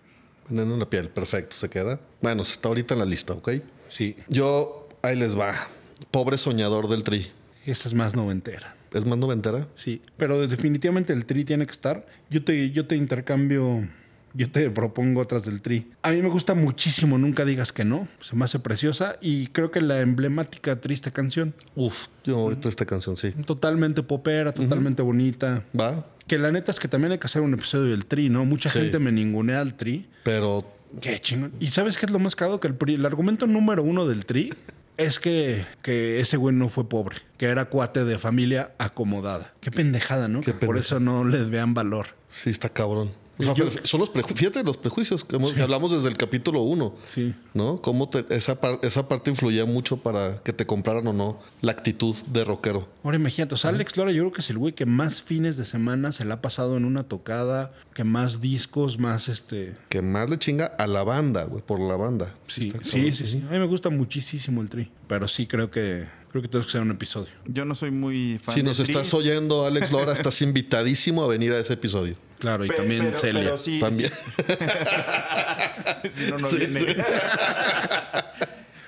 Veneno en la piel. Perfecto, se queda. Bueno, está ahorita en la lista, ¿ok? Sí. Yo, ahí les va. Pobre soñador del tri. Esa es más noventera. ¿Es más noventera? Sí. Pero definitivamente el tri tiene que estar. Yo te, yo te intercambio. Yo te propongo otras del tri. A mí me gusta muchísimo, nunca digas que no. Se me hace preciosa y creo que la emblemática triste canción. Uf, yo ahorita esta canción, sí. Totalmente popera, totalmente bonita. Va, Que la neta es que también hay que hacer un episodio del tri, ¿no? Mucha Sí. gente me ningunea al tri. pero Qué chingón. ¿Y sabes qué es lo más cagado? Que el, pri- el argumento número uno del tri es que, que ese güey no fue pobre, que era cuate de familia acomodada. Qué pendejada, ¿no? que Qué por pendeja. eso no les vean valor. sí está cabrón. O sea, Yo- pero son los prejuicios, fíjate los prejuicios que, hemos- que hablamos desde el capítulo 1. Sí. ¿No? Cómo te- esa, par- esa parte influía mucho para que te compraran o no la actitud de rockero. Ahora imagínate, o sea, Alex Lora yo creo que es el güey que más fines de semana se la ha pasado en una tocada, que más discos, más este... Que más le chinga a la banda, güey, por la banda. Sí, Está sí, sí, sí. A mí me gusta muchísimo el tri, pero sí creo que creo que tenemos que hacer un episodio. Yo no soy muy fan Si de nos Tri. estás oyendo, Alex Lora, estás invitadísimo a venir a ese episodio. Claro, y Pe- también pero- Celia. pero sí, También. sí. si no, no Sí, viene. sí.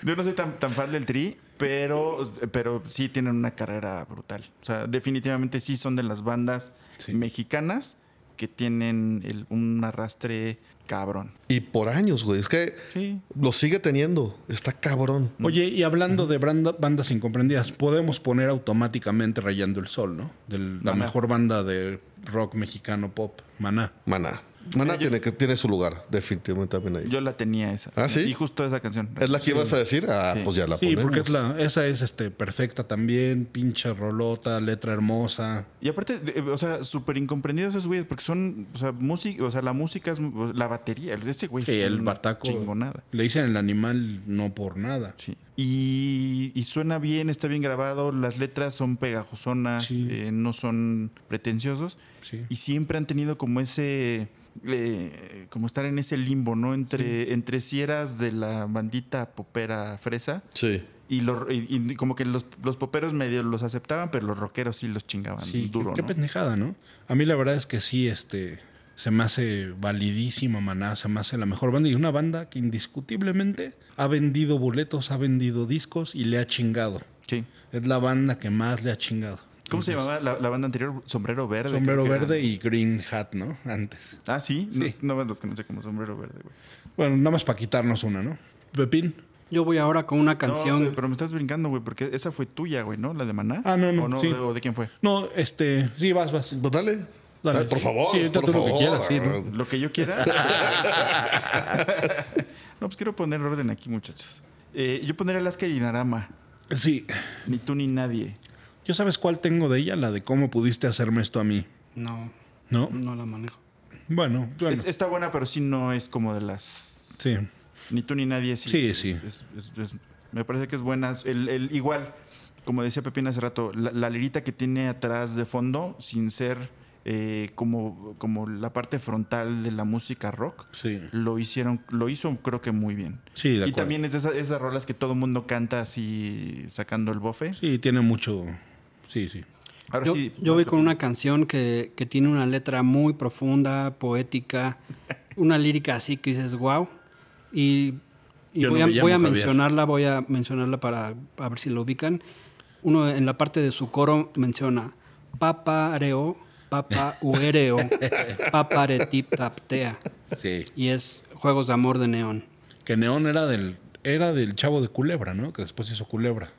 Yo no soy tan, tan fan del Tri, pero, pero sí tienen una carrera brutal. O sea, definitivamente sí son de las bandas Sí. mexicanas que tienen el- un arrastre cabrón. Y por años, güey. Es que Sí. lo sigue teniendo. Está cabrón. Oye, y hablando de branda- bandas incomprendidas, podemos poner automáticamente Rayando el Sol, ¿no? De la Maná. mejor banda de rock mexicano pop, Maná. Maná. Maná tiene, que, tiene su lugar, definitivamente también ahí. Yo la tenía esa. ¿Ah, sí? Y justo esa canción. ¿Es la que ibas a decir? Ah, Sí. pues ya la Sí, ponemos. porque es la, esa es este, perfecta también, pinche rolota, letra hermosa. Y aparte, de- o sea, súper incomprendidos esos güeyes, porque son, o sea, música, o sea, la música es, la batería, ese güey es Sí, el una bataco. chingonada. Le dicen el animal no por nada. Sí. Y, y suena bien, está bien grabado, las letras son pegajosonas, Sí. eh, no son pretenciosos. Sí. Y siempre han tenido como ese, eh, como estar en ese limbo, ¿no? Entre, entre si eras de la bandita popera fresa Sí. y, los- y- y como que los, los poperos medio los aceptaban, pero los rockeros sí los chingaban Sí, duro, qué, qué ¿no? pendejada, ¿no? A mí la verdad es que sí, este, se me hace validísima Maná, se me hace la mejor banda y una banda que indiscutiblemente ha vendido boletos, ha vendido discos y le ha chingado. Sí. Es la banda que más le ha chingado. ¿Cómo se llamaba la, la banda anterior? Sombrero Verde. Sombrero creo que era, Verde ¿no? y Green Hat, ¿no? Antes. Ah, sí. Sí. No, no los conoce como Sombrero Verde, güey. Bueno, nada más para quitarnos una, ¿no? Pepín. Yo voy ahora con una No, canción. güey, pero me estás brincando, güey, porque esa fue tuya, güey, ¿no? La de Maná. Ah, no, no, ¿O, sí. de, o de quién fue? No, este, sí, vas, vas. Pues dale. Dale. Ay, por favor. Sí, ahorita por tú lo que favor. quieras, sí, ¿no? Lo que yo quiera. no, pues quiero poner orden aquí, muchachos. Eh, yo pondría Alaska y Dinarama. Sí. Ni tú ni nadie. ¿Yo sabes cuál tengo de ella? La de cómo pudiste hacerme esto a mí, No, ¿no? no la manejo. Bueno, bueno. Es- está buena, pero sí no es como de las. Sí. Ni tú ni nadie. Sí, Sí, es- sí. es- es- es- me parece que es buena. El, el- igual, como decía Pepín hace rato, la, la lirita que tiene atrás de fondo, sin ser eh, como, como la parte frontal de la música rock. Sí. lo hicieron, lo hizo creo que muy bien. Sí, de y acuerdo. también es de esas, esas rolas que todo mundo canta así sacando el bofe. Sí, tiene mucho. Sí, sí. Ahora Yo, sí, yo voy con una canción que, que tiene una letra muy profunda, poética, una lírica así que dices wow. Y, y Yo no voy, a, me llamo voy a Javier. mencionarla, voy a mencionarla para a ver si lo ubican. Uno en la parte de su coro menciona papareo, papa uereo, paparetiptaptea. Sí. Y es Juegos de Amor de Neón. Que Neón era del, era del chavo de Culebra, ¿no? Que después hizo Culebra.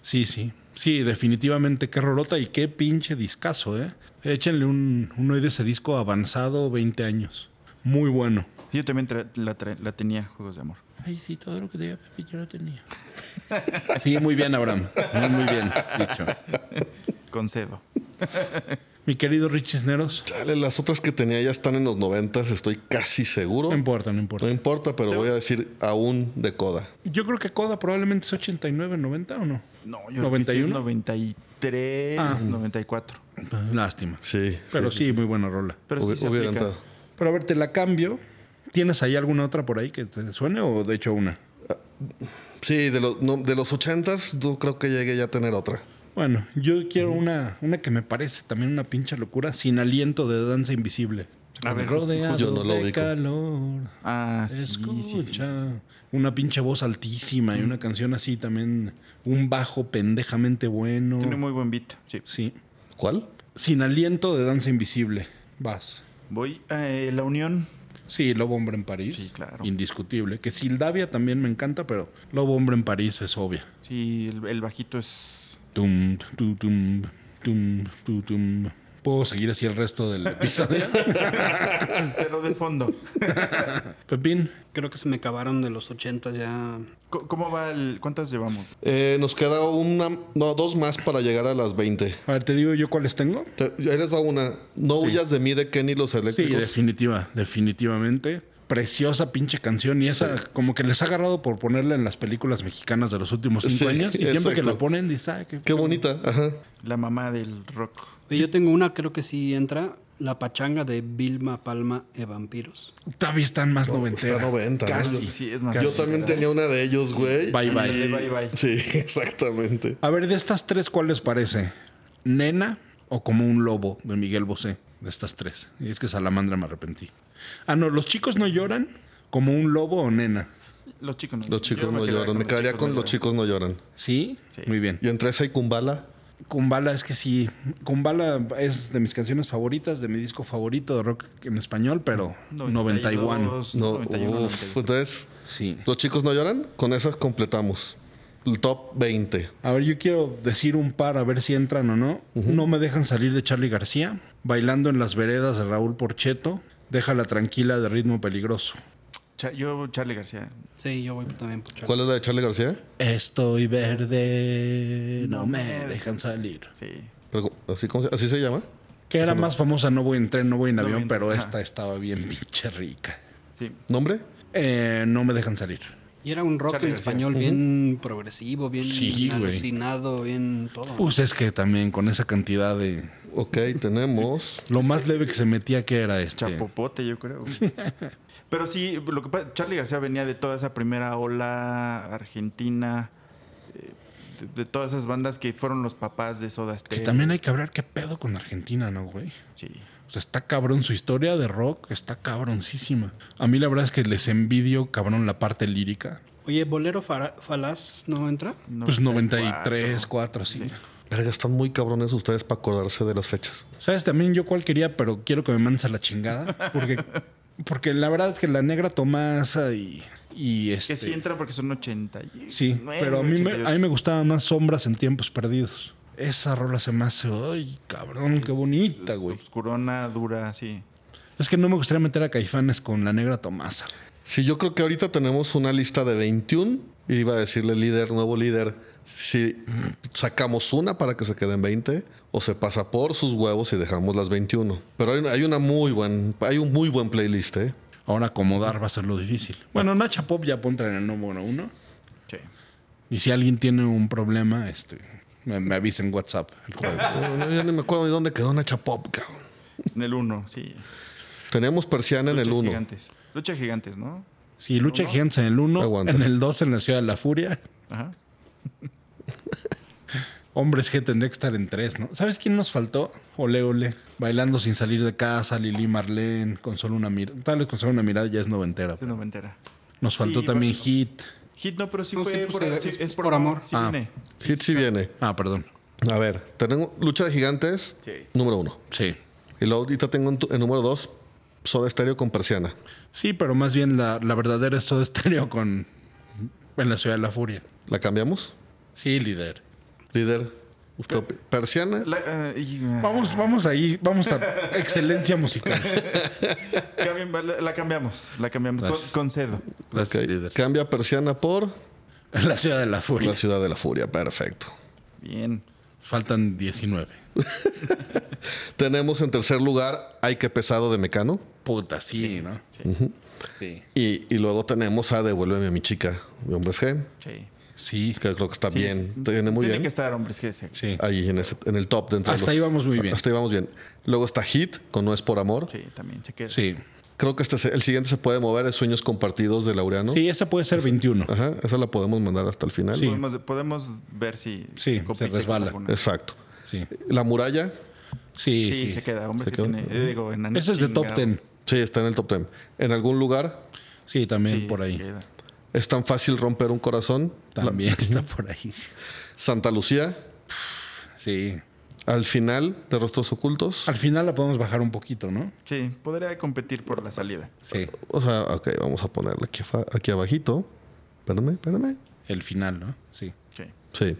Sí, sí. Sí, definitivamente qué rolota y qué pinche discazo, ¿eh? Échenle un, un oído a ese disco avanzado 20 años. Muy bueno. Yo también tra- la, tra- la tenía, Juegos de Amor. Ay, sí, todo lo que tenía Pepe yo lo tenía. Sí, muy bien, Abraham. Muy, muy bien dicho. Concedo. Mi querido Rich Cisneros, Dale, las otras que tenía ya están en los noventas, estoy casi seguro. no importa, no No importa. importa, pero voy a decir aún de coda. Yo creo que Coda probablemente es 89, 90 o no. No, yo creo que sí es 91. 93, Ah. 94. Lástima. Sí. Pero sí, muy buena rola. Pero Hubi- sí se hubiera aplica. entrado. Pero a ver, te la cambio. ¿Tienes ahí alguna otra por ahí que te suene o de hecho una? Sí, de, los no, de los ochentas, no creo que llegue ya a tener otra. Bueno, yo quiero una, una que me parece también una pinche locura, sin aliento de danza invisible. A ver, Rodeado yo no lo de ubico. calor. Ah, sí, Escucha. sí, sí. Una pinche voz altísima y una canción así también, un bajo pendejamente bueno. Tiene muy buen beat. Sí. Sí. ¿Cuál? Sin aliento de danza invisible. Vas. Voy a eh, La Unión. Sí, Lobo Hombre en París. Sí, claro. Indiscutible. Que Sildavia también me encanta, pero Lobo Hombre en París es obvia. Sí, el, el bajito es. Tum, tu, tum, tum, tu, tum. ¿Puedo seguir así el resto del episodio? Pero de fondo. Pepín, Creo que se me acabaron de los 80 ya. Co- ¿Cómo va el.? ¿Cuántas llevamos? Eh, nos queda una, no, dos más para llegar a las 20. a ver, te digo yo cuáles tengo. Te- ahí les va una. No huyas de mí de Kenny los Sí, eléctricos. definitiva, definitivamente. Preciosa pinche canción y esa como que les ha agarrado por ponerla en las películas mexicanas de los últimos cinco Sí, años y siempre que exacto. la ponen dices, ah, qué, Qué bonita. Ajá. La mamá del rock. Y Yo tengo una, creo que sí entra. La pachanga de Vilma Palma e Vampiros. Todavía están más noventera. Está 90. ¿no? Casi, sí, es más. Yo también tenía una de ellos, güey. Bye, bye. Ándale, bye, bye. Sí, exactamente. A ver, de estas tres, ¿cuál les parece? ¿Nena o como un lobo de Miguel Bosé? de estas tres. Y es que Salamandra me arrepentí. Ah, no, los chicos no lloran como un lobo o nena. Los chicos no Los chicos yo no quedaría lloran. con Me quedaría con no los lloran. chicos no lloran. ¿Sí? Sí. Muy bien. Y entre esa y Kumbala, Kumbala, es que sí. Kumbala es de mis canciones favoritas, de mi disco favorito de rock en español, pero 91. 92, no. 91, uf. 92. Entonces, Sí. los chicos no lloran, con esas completamos. El top 20. A ver, yo quiero decir un par, a ver si entran o no. No me dejan salir de Charlie García. Bailando en las veredas de Raúl Porcheto. Déjala tranquila de ritmo peligroso. Cha- yo, Charlie García. Sí, yo voy también por Charlie. ¿Cuál es la de Charlie García? Estoy verde, no me dejan salir. Sí. Pero, ¿Así, cómo se- así se llama? Que era más famosa No voy en tren, no voy en No voy avión, en- pero ajá. esta estaba bien pinche rica. Sí. ¿Nombre? Eh, no me dejan salir. Y era un rock Charlie en García. español bien progresivo, bien Sí, güey. alucinado, bien todo. Pues es que también con esa cantidad de... Ok, tenemos. Lo más leve que se metía que era este. Chapopote, yo creo. Pero sí, lo que pasa, Charlie García venía de toda esa primera ola argentina, eh, de, de todas esas bandas que fueron los papás de Soda Que Stereo. también hay que hablar qué pedo con Argentina, ¿no, güey? Sí. O sea, está cabrón su historia de rock, está cabroncísima. A mí la verdad es que les envidio, cabrón, la parte lírica. Oye, ¿Bolero Fara- Falaz no entra? Pues 93, 4, sí. Verga, están muy cabrones ustedes para acordarse de las fechas. ¿Sabes también yo cuál quería, pero quiero que me mandes a la chingada? Porque, porque la verdad es que la negra Tomasa y, y este... Que sí entra porque son 80. y- Sí, nueve, pero a mí, me, 88. a mí me gustaban más sombras en tiempos perdidos. Esa rola se me hace, ay, cabrón, qué bonita, Es güey. Obscurona, dura, sí. Es que no me gustaría meter a Caifanes con la negra Tomasa. Sí, yo creo que ahorita tenemos una lista de 21. Y iba a decirle líder, nuevo líder, si sacamos una para que se queden 20 o se pasa por sus huevos y dejamos las 21. Pero hay, una- hay una muy buen, hay un muy buen playlist, ¿eh? Ahora acomodar va a ser lo difícil. Bueno, Nacha Pop ya ponte en el número uno. Sí. Y si alguien tiene un problema, este, me, me avisa en WhatsApp. el jueves. No, no, ya ni me acuerdo de dónde quedó Nacha Pop, cabrón. En el 1, sí. Teníamos Persiana en el Lucha de 1. Gigantes. Lucha de gigantes, ¿no? Sí, Lucha de Gigantes en el uno, Aguanta. en el dos en la Ciudad de la Furia. Ajá. Hombres G tendría que estar en tres, ¿no? ¿Sabes quién nos faltó? Ole, ole. Bailando sin salir de casa, Lili Marlene, con solo una mirada. Tal vez con solo una mirada ya es noventera. Se no me entera. Nos faltó Sí, también bueno. Hit. Hit no, pero sí No, fue Hit, pues, por, eh, sí, es es por por amor. amor. Sí, Ah. viene. Hit sí viene. Ah, perdón. A ver, tenemos Lucha de Gigantes, Sí. número 1. Sí. Y luego ahorita tengo en, tu- en número 2 Soda Stereo con Persiana. Sí, pero más bien la, la verdadera es todo estéreo con. En la Ciudad de la Furia. ¿La cambiamos? Sí, líder. Líder, usted opi- Persiana. La- ah, y- ah, Vamos, vamos ahí, vamos a excelencia musical. cambian- la, la cambiamos, la cambiamos. Con, Gracias. concedo. Gracias, Ok. líder. Cambia Persiana por En la Ciudad de la Furia. La Ciudad de la Furia. Perfecto. Bien. Faltan 19. Tenemos en tercer lugar Ay, qué pesado de Mecano. Puta, sí, ¿no? Sí. sí. Y, y luego tenemos a Devuélveme a mi chica de Hombres G, Sí. Sí. que creo que está Sí, bien. es- Tiene muy tiene bien. que estar, hombres, que ese. Sí. Ahí en, ese- en el top. de entre Hasta ahí vamos muy bien. Hasta ahí vamos bien. Luego está Hit con No es por amor. Sí, también se queda. Sí. Creo que este se- el siguiente se puede mover es Sueños compartidos de Laureano. Sí, esa puede ser 21. Ajá, esa Ah. la podemos mandar hasta el final. Sí. Podemos, podemos ver si Sí, compite se resbala. con alguna. Exacto. Sí. La muralla, Sí, Sí, sí. se queda, hombres Se que queda. tiene. eh, digo, enano Ese es de top chingado. 10. sí, está en el top 10. En algún lugar Sí, también Sí, por se ahí. queda. es tan fácil romper un corazón. La- También está por ahí. Santa Lucía, Sí. al final de Rostros Ocultos. Al final la podemos bajar un poquito, ¿no? Sí, podría competir por la salida. Sí. O sea, ok, vamos a ponerle aquí, afa- aquí abajito. Espérame, espérame. El final, ¿no? Sí. Sí. Sí.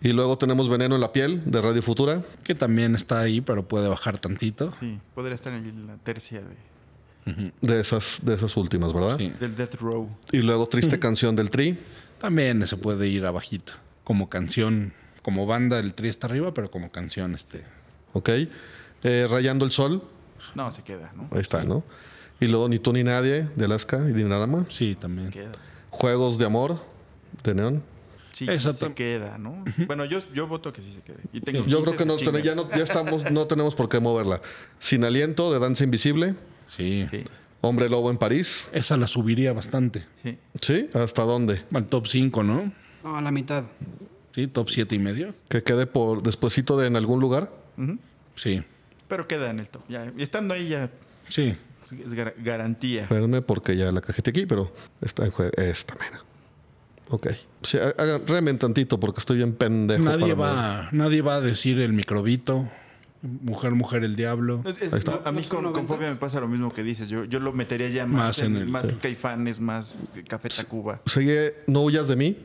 Y luego tenemos Veneno en la piel de Radio Futura. Que también está ahí, pero puede bajar tantito. Sí, podría estar en la tercia de, De esas, de esas últimas, ¿verdad? Sí. del Death Row. Y luego Triste Canción del Tri. También se puede ir abajito. Como canción, como banda, el tri está arriba, pero como canción, este. Ok. Eh, Rayando el Sol. No, se queda, ¿no? Ahí está, ¿no? Y luego Ni tú ni nadie de Alaska y Dinarama. Sí, también. Queda. Juegos de amor de Neón. Sí, Eso se tam- queda, ¿no? Bueno, yo, yo voto que sí se quede. Y tengo Yo 15 creo que se no, chingan. ten- ya, no, ya estamos, no tenemos por qué moverla. Sin aliento de Danza Invisible. Sí. Sí, Hombre Lobo en París. Esa la subiría bastante. sí. ¿Sí? ¿Hasta dónde? Al top 5, ¿no? No, a la mitad. Sí, top 7 y medio. Que quede por despuesito de en algún lugar. Ujú. Sí. Pero queda en el top. Ya, y estando ahí ya Sí. es gar- garantía. Espérenme porque ya la cajete aquí, pero está en juego. Esta, mira. Ok. Sí, ha- hagan, remen tantito porque estoy bien pendejo. Nadie para va, nadie va a decir el microbito, mujer, mujer, el diablo. Es- es- Ahí está. no, a mí ¿No son con, con noventas? fobia me pasa lo mismo que dices. Yo, yo lo metería ya más, Más en en- el- más sí. caifanes, más Pues, Café Tacuba. Sigue, no huyas de mí.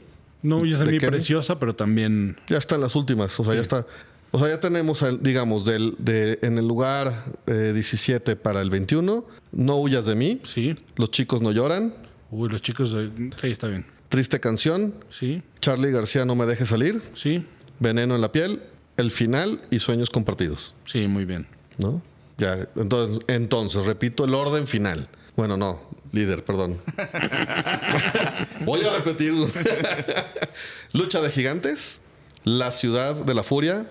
No, yo soy ¿De mi qué? preciosa, pero también Ya están las últimas. O sea, ya está. O sea, ya tenemos, el- digamos, del, de, en el lugar eh, 17 para el 21. No huyas de mí. sí. Los chicos no lloran. Uy, los chicos de- sí está bien. Triste canción. Sí, Charlie García no me deje salir. sí, Veneno en la piel. El final y sueños compartidos. sí, muy bien. ¿No? Ya, entonces, entonces, repito el orden final. Bueno, no, líder, perdón. Voy a repetirlo. Lucha de gigantes, La ciudad de la furia,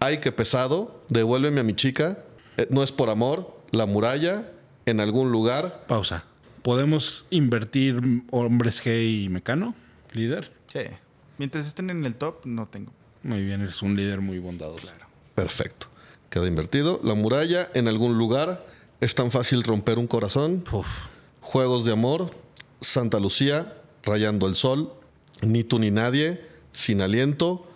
Ay que pesado, Devuélveme a mi chica, Eh, No es por amor, La muralla, En algún lugar. Pausa. ¿Podemos invertir hombres G y mecano? ¿Líder? Sí. Mientras estén en el top, no tengo. Muy bien, eres un líder muy bondadoso. Perfecto. Queda invertido. La muralla, En algún lugar. Es tan fácil romper un corazón. Uf. Juegos de Amor, Santa Lucía, Rayando el Sol, Ni tú ni nadie, Sin Aliento,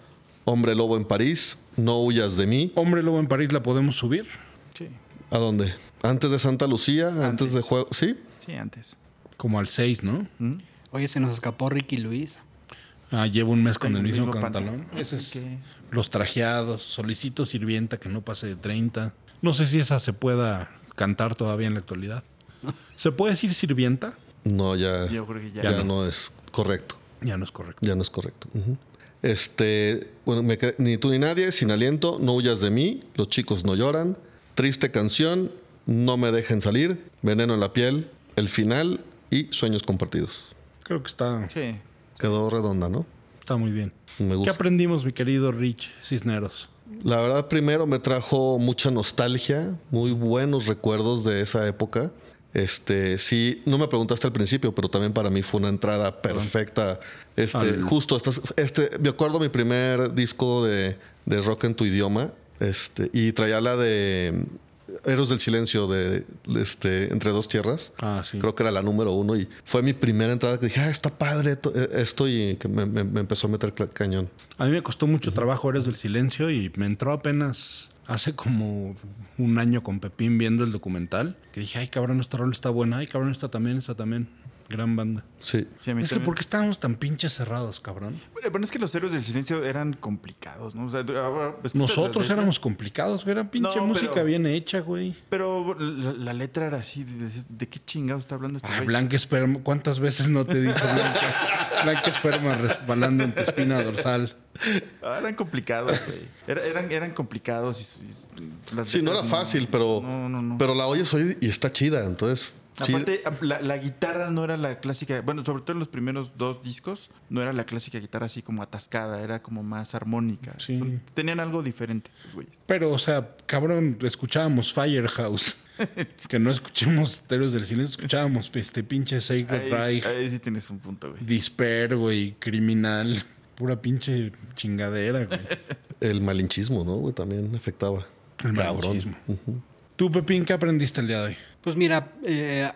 Hombre Lobo en París, No huyas de mí. Hombre Lobo en París la podemos subir. Sí. ¿A dónde? Antes de Santa Lucía, antes, Antes. de Juego... ¿Sí? Sí, antes. Como al 6, ¿no? Oye, se nos escapó Ricky Luis. Ah, llevo un mes con el mismo, pantalón. pantalón. Ese es los trajeados. Solicito sirvienta que no pase de 30. No sé si esa se pueda cantar todavía en la actualidad. ¿Se puede decir sirvienta? No, ya, Yo creo que ya. ya, no. es correcto. Ya no es correcto. Ya no es correcto. Ujú. Este, bueno, me quedé- Ni tú ni nadie, Sin Aliento, No huyas de mí, Los chicos no lloran, Triste canción, No me dejen salir, Veneno en la piel, El final y Sueños compartidos. Creo que está, Sí. Quedó redonda, ¿no? está muy bien. Me ¿Qué gusta. aprendimos, mi querido Rich Cisneros? La verdad, primero me trajo mucha nostalgia, muy buenos recuerdos de esa época. Este, sí, no me preguntaste al principio, pero también para mí fue una entrada perfecta. Este, Al- justo estas, este, me acuerdo mi primer disco de, de rock en tu idioma, este, y traía la de mm, Héroes del Silencio de, este, Entre Dos Tierras. Ah, sí. Creo que era la número uno y fue mi primera entrada que dije, ah, está padre to- eh, esto y que me, me- me empezó a meter cla- cañón. A mí me costó mucho trabajo Eres del Silencio y me entró apenas hace como un año con Pepín viendo el documental. Que dije, ay cabrón, esta rol está buena, ay cabrón, esta también, esta también. Gran banda. Sí, Sí, a mí Es que también. Eh, ¿por qué estábamos tan pinches cerrados, cabrón? Bueno, pero es que los héroes del silencio eran complicados, ¿no? O sea, tú- ahora escuchas la Nosotros letra, éramos complicados, güey. Era pinche No, música pero- bien hecha, güey. Pero la, la letra era así, de, de- de qué chingados está hablando este Ay, güey? Blanca Esperma, ¿cuántas veces no te he dicho Blanca? Blanca Esperma resbalando en tu espina dorsal. Ah, eran complicados, güey. Era- eran, eran complicados. Y, y- las Sí, no letras era fácil, pero, No, no, no. pero la oyes hoy y está chida. Entonces, sí, Aparte, la, la guitarra no era la clásica, bueno, sobre todo en los primeros dos discos, no era la clásica guitarra así como atascada, era como más armónica. Sí. Son- tenían algo diferente esos güeyes. Pero, o sea, cabrón, escuchábamos Firehouse. que no escuchemos Teros del Silencio, escuchábamos este pinche Sacred Ahí, Reich, ahí sí tienes un punto, güey. Disper, güey, Criminal. Pura pinche chingadera, güey. el malinchismo, ¿no? Güey, también afectaba. El malinchismo. Tú, Pepín, ¿qué aprendiste el día de hoy? Pues mira, eh,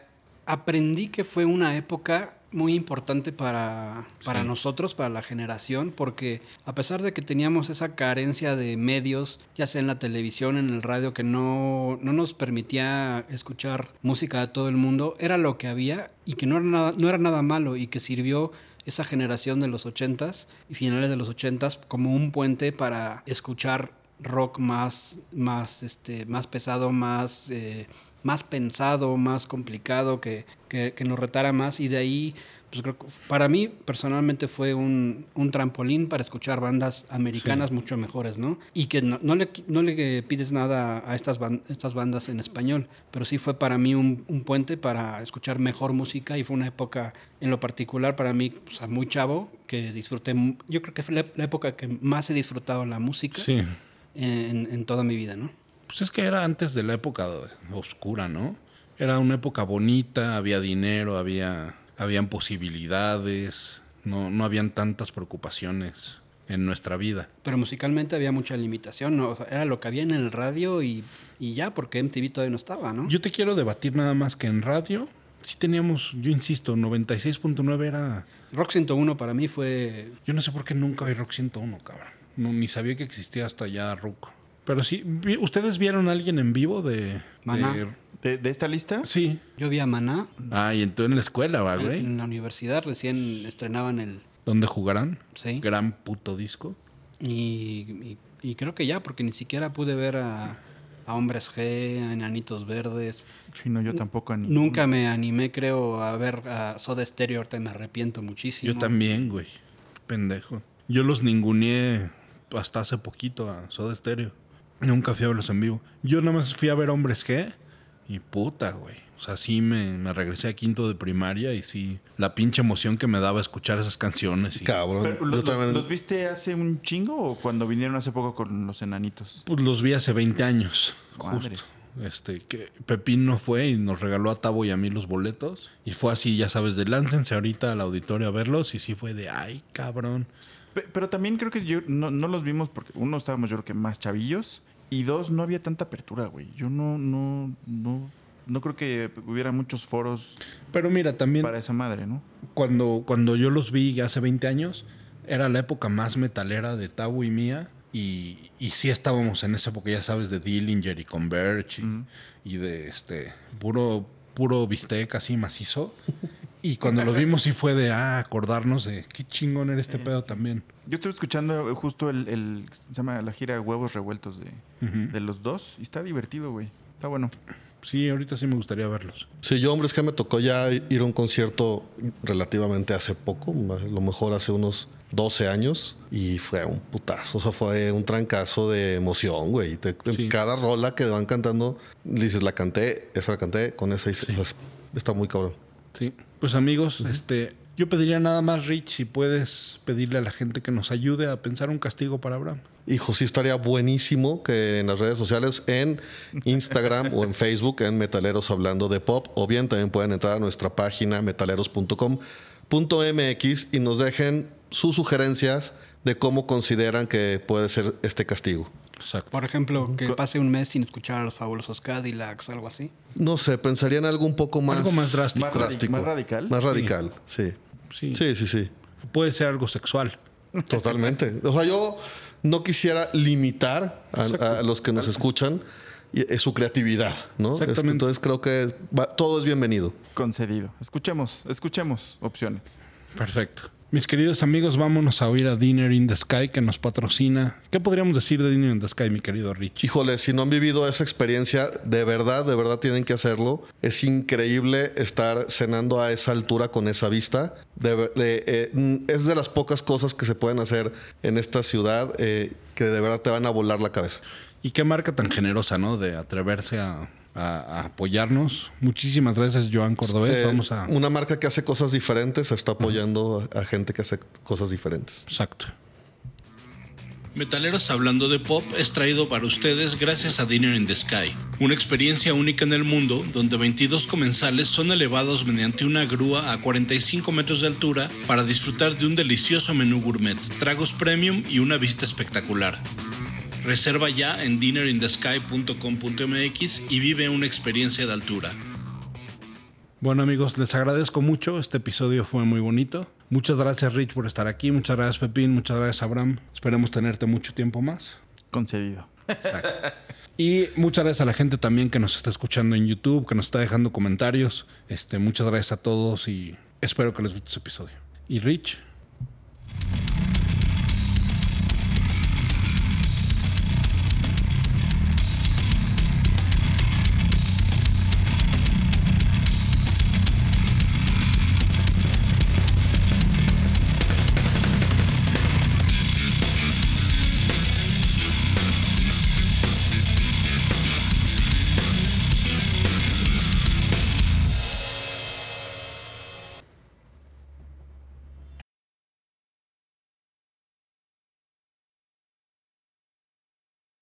aprendí que fue una época muy importante para, para nosotros, para la generación, porque a pesar de que teníamos esa carencia de medios, ya sea en la televisión, en el radio, que no, no nos permitía escuchar música de todo el mundo, era lo que había y que no era nada, no era nada malo y que sirvió esa generación de los 80s y finales de los 80s como un puente para escuchar rock más, más, este, más pesado, más... eh, más pensado, más complicado, que, que- que nos retara más. Y de ahí, pues creo que para mí personalmente fue un, un trampolín para escuchar bandas americanas mucho mejores, ¿no? Y que no, no le, qui- no le pides nada a estas, ban- estas bandas en español, pero sí fue para mí un, un puente para escuchar mejor música y fue una época en lo particular para mí, o sea, muy chavo, que disfruté, mu- yo creo que fue la, la época que más he disfrutado la música Sí. en, en toda mi vida, ¿no? Pues es que era antes de la época oscura, ¿no? Era una época bonita, había dinero, había habían posibilidades, no, no habían tantas preocupaciones. en nuestra vida. Pero musicalmente había mucha limitación, ¿no? O sea, era lo que había en el radio y, y ya, porque MTV todavía no estaba, ¿no? Yo te quiero debatir nada más que en radio sí teníamos, yo insisto, 96.9 era... Rock 101 para mí fue... Yo no sé por qué nunca vi Rock 101, cabrón. No, ni sabía que existía hasta allá Ruco. Pero sí, vi- ¿ustedes vieron a alguien en vivo de... Maná. de- ¿De, de esta lista? sí. Yo vi a Maná Ah, y entonces en la escuela, va, en, güey. en la universidad, recién estrenaban el... ¿Dónde jugarán? Sí. Gran puto disco. Y, y- y creo que ya, porque ni siquiera pude ver a, a Hombres G, a Enanitos Verdes. Sí, no, yo tampoco. Ni, Nunca me animé, creo, a ver a Soda Stereo. Ahorita me arrepiento muchísimo. Yo también, güey. Pendejo. Yo los ninguneé hasta hace poquito a Soda Stereo. Nunca fui a verlos en vivo. Yo nada más fui a ver hombres que. Y puta, güey. O sea, sí me, me regresé a quinto de primaria y sí. La pinche emoción que me daba escuchar esas canciones. Y, Cabrón. Pero, ¿lo- yo los, también- los viste hace un chingo o cuando vinieron hace poco con los enanitos? pues los vi hace 20 años. Justo. Madres. Este, que Pepín no fue y nos regaló a Tavo y a mí los boletos. Y fue así, ya sabes, de láncense ahorita al auditorio a verlos. Y sí fue de, ay, cabrón. Pe- Pero también creo que yo no, no los vimos porque uno estábamos yo creo que más chavillos y dos no había tanta apertura, güey. Yo no no no no creo que hubiera muchos foros Pero mira, también. para esa madre, ¿no? cuando, cuando yo los vi hace 20 años, era la época más metalera de Tau y mía. Y, y sí estábamos en esa época, ya sabes, de Dillinger y Converge y, y de este puro, puro bistec así macizo. Y cuando lo vimos sí fue de, ah, acordarnos de qué chingón era este pedo también. Yo estuve escuchando justo el, el- se llama la gira Huevos Revueltos de, de los dos y está divertido, güey. Está bueno. Sí, ahorita sí me gustaría verlos. Sí, yo, hombres, que me tocó ya ir a un concierto relativamente hace poco, ma- a lo mejor hace unos 12 años, y fue un putazo, o sea, fue un trancazo de emoción, güey. Te- te- Sí. Cada rola que van cantando, dices, la canté, esa la canté, con esa hice. o sea, está muy cabrón. Sí. Pues amigos, este, yo pediría nada más, Rich, si puedes pedirle a la gente que nos ayude a pensar un castigo para Abraham. Hijo, sí estaría buenísimo que en las redes sociales, en Instagram o en Facebook, en Metaleros Hablando de Pop, o bien también pueden entrar a nuestra página metaleros.com.mx y nos dejen sus sugerencias de cómo consideran que puede ser este castigo. Exacto. Por ejemplo, que pase un mes sin escuchar a los fabulosos Cadillacs, algo así. No sé, pensaría en algo un poco más... Algo más drástico. Más radi- más radical. Más radical, sí. Sí. Sí, sí, sí. Puede ser algo sexual. Totalmente. O sea, yo no quisiera limitar a, a los que nos escuchan y- eh, su creatividad, ¿no? Este, Exactamente. Entonces creo que va- todo es bienvenido. Concedido. Escuchemos, escuchemos opciones. Perfecto. Mis queridos amigos, vámonos a oír a Dinner in the Sky que nos patrocina. ¿Qué podríamos decir de Dinner in the Sky, mi querido Richie? Híjole, si no han vivido esa experiencia, de verdad, de verdad tienen que hacerlo. Es increíble estar cenando a esa altura con esa vista. De ver- de, eh, mm, es de las pocas cosas que se pueden hacer en esta ciudad eh, que de verdad te van a volar la cabeza. Y qué marca tan generosa, ¿no? De atreverse a, a- a apoyarnos. Muchísimas gracias, Joan Cordobés. Eh, Vamos a. Una marca que hace cosas diferentes está apoyando a- a gente que hace cosas diferentes. Exacto. Metaleros Hablando de Pop es traído para ustedes gracias a Dinner in the Sky, una experiencia única en el mundo donde 22 comensales son elevados mediante una grúa a 45 metros de altura para disfrutar de un delicioso menú gourmet, tragos premium y una vista espectacular. Reserva ya en dinnerinthesky.com.mx y vive una experiencia de altura. Bueno, amigos, les agradezco mucho. Este episodio fue muy bonito. Muchas gracias, Rich, por estar aquí. Muchas gracias, Pepín. Muchas gracias, Abraham. Esperemos tenerte mucho tiempo más. Concedido. Y muchas gracias a la gente también que nos está escuchando en YouTube, que nos está dejando comentarios. Este, muchas gracias a todos y espero que les guste este episodio. Y Rich,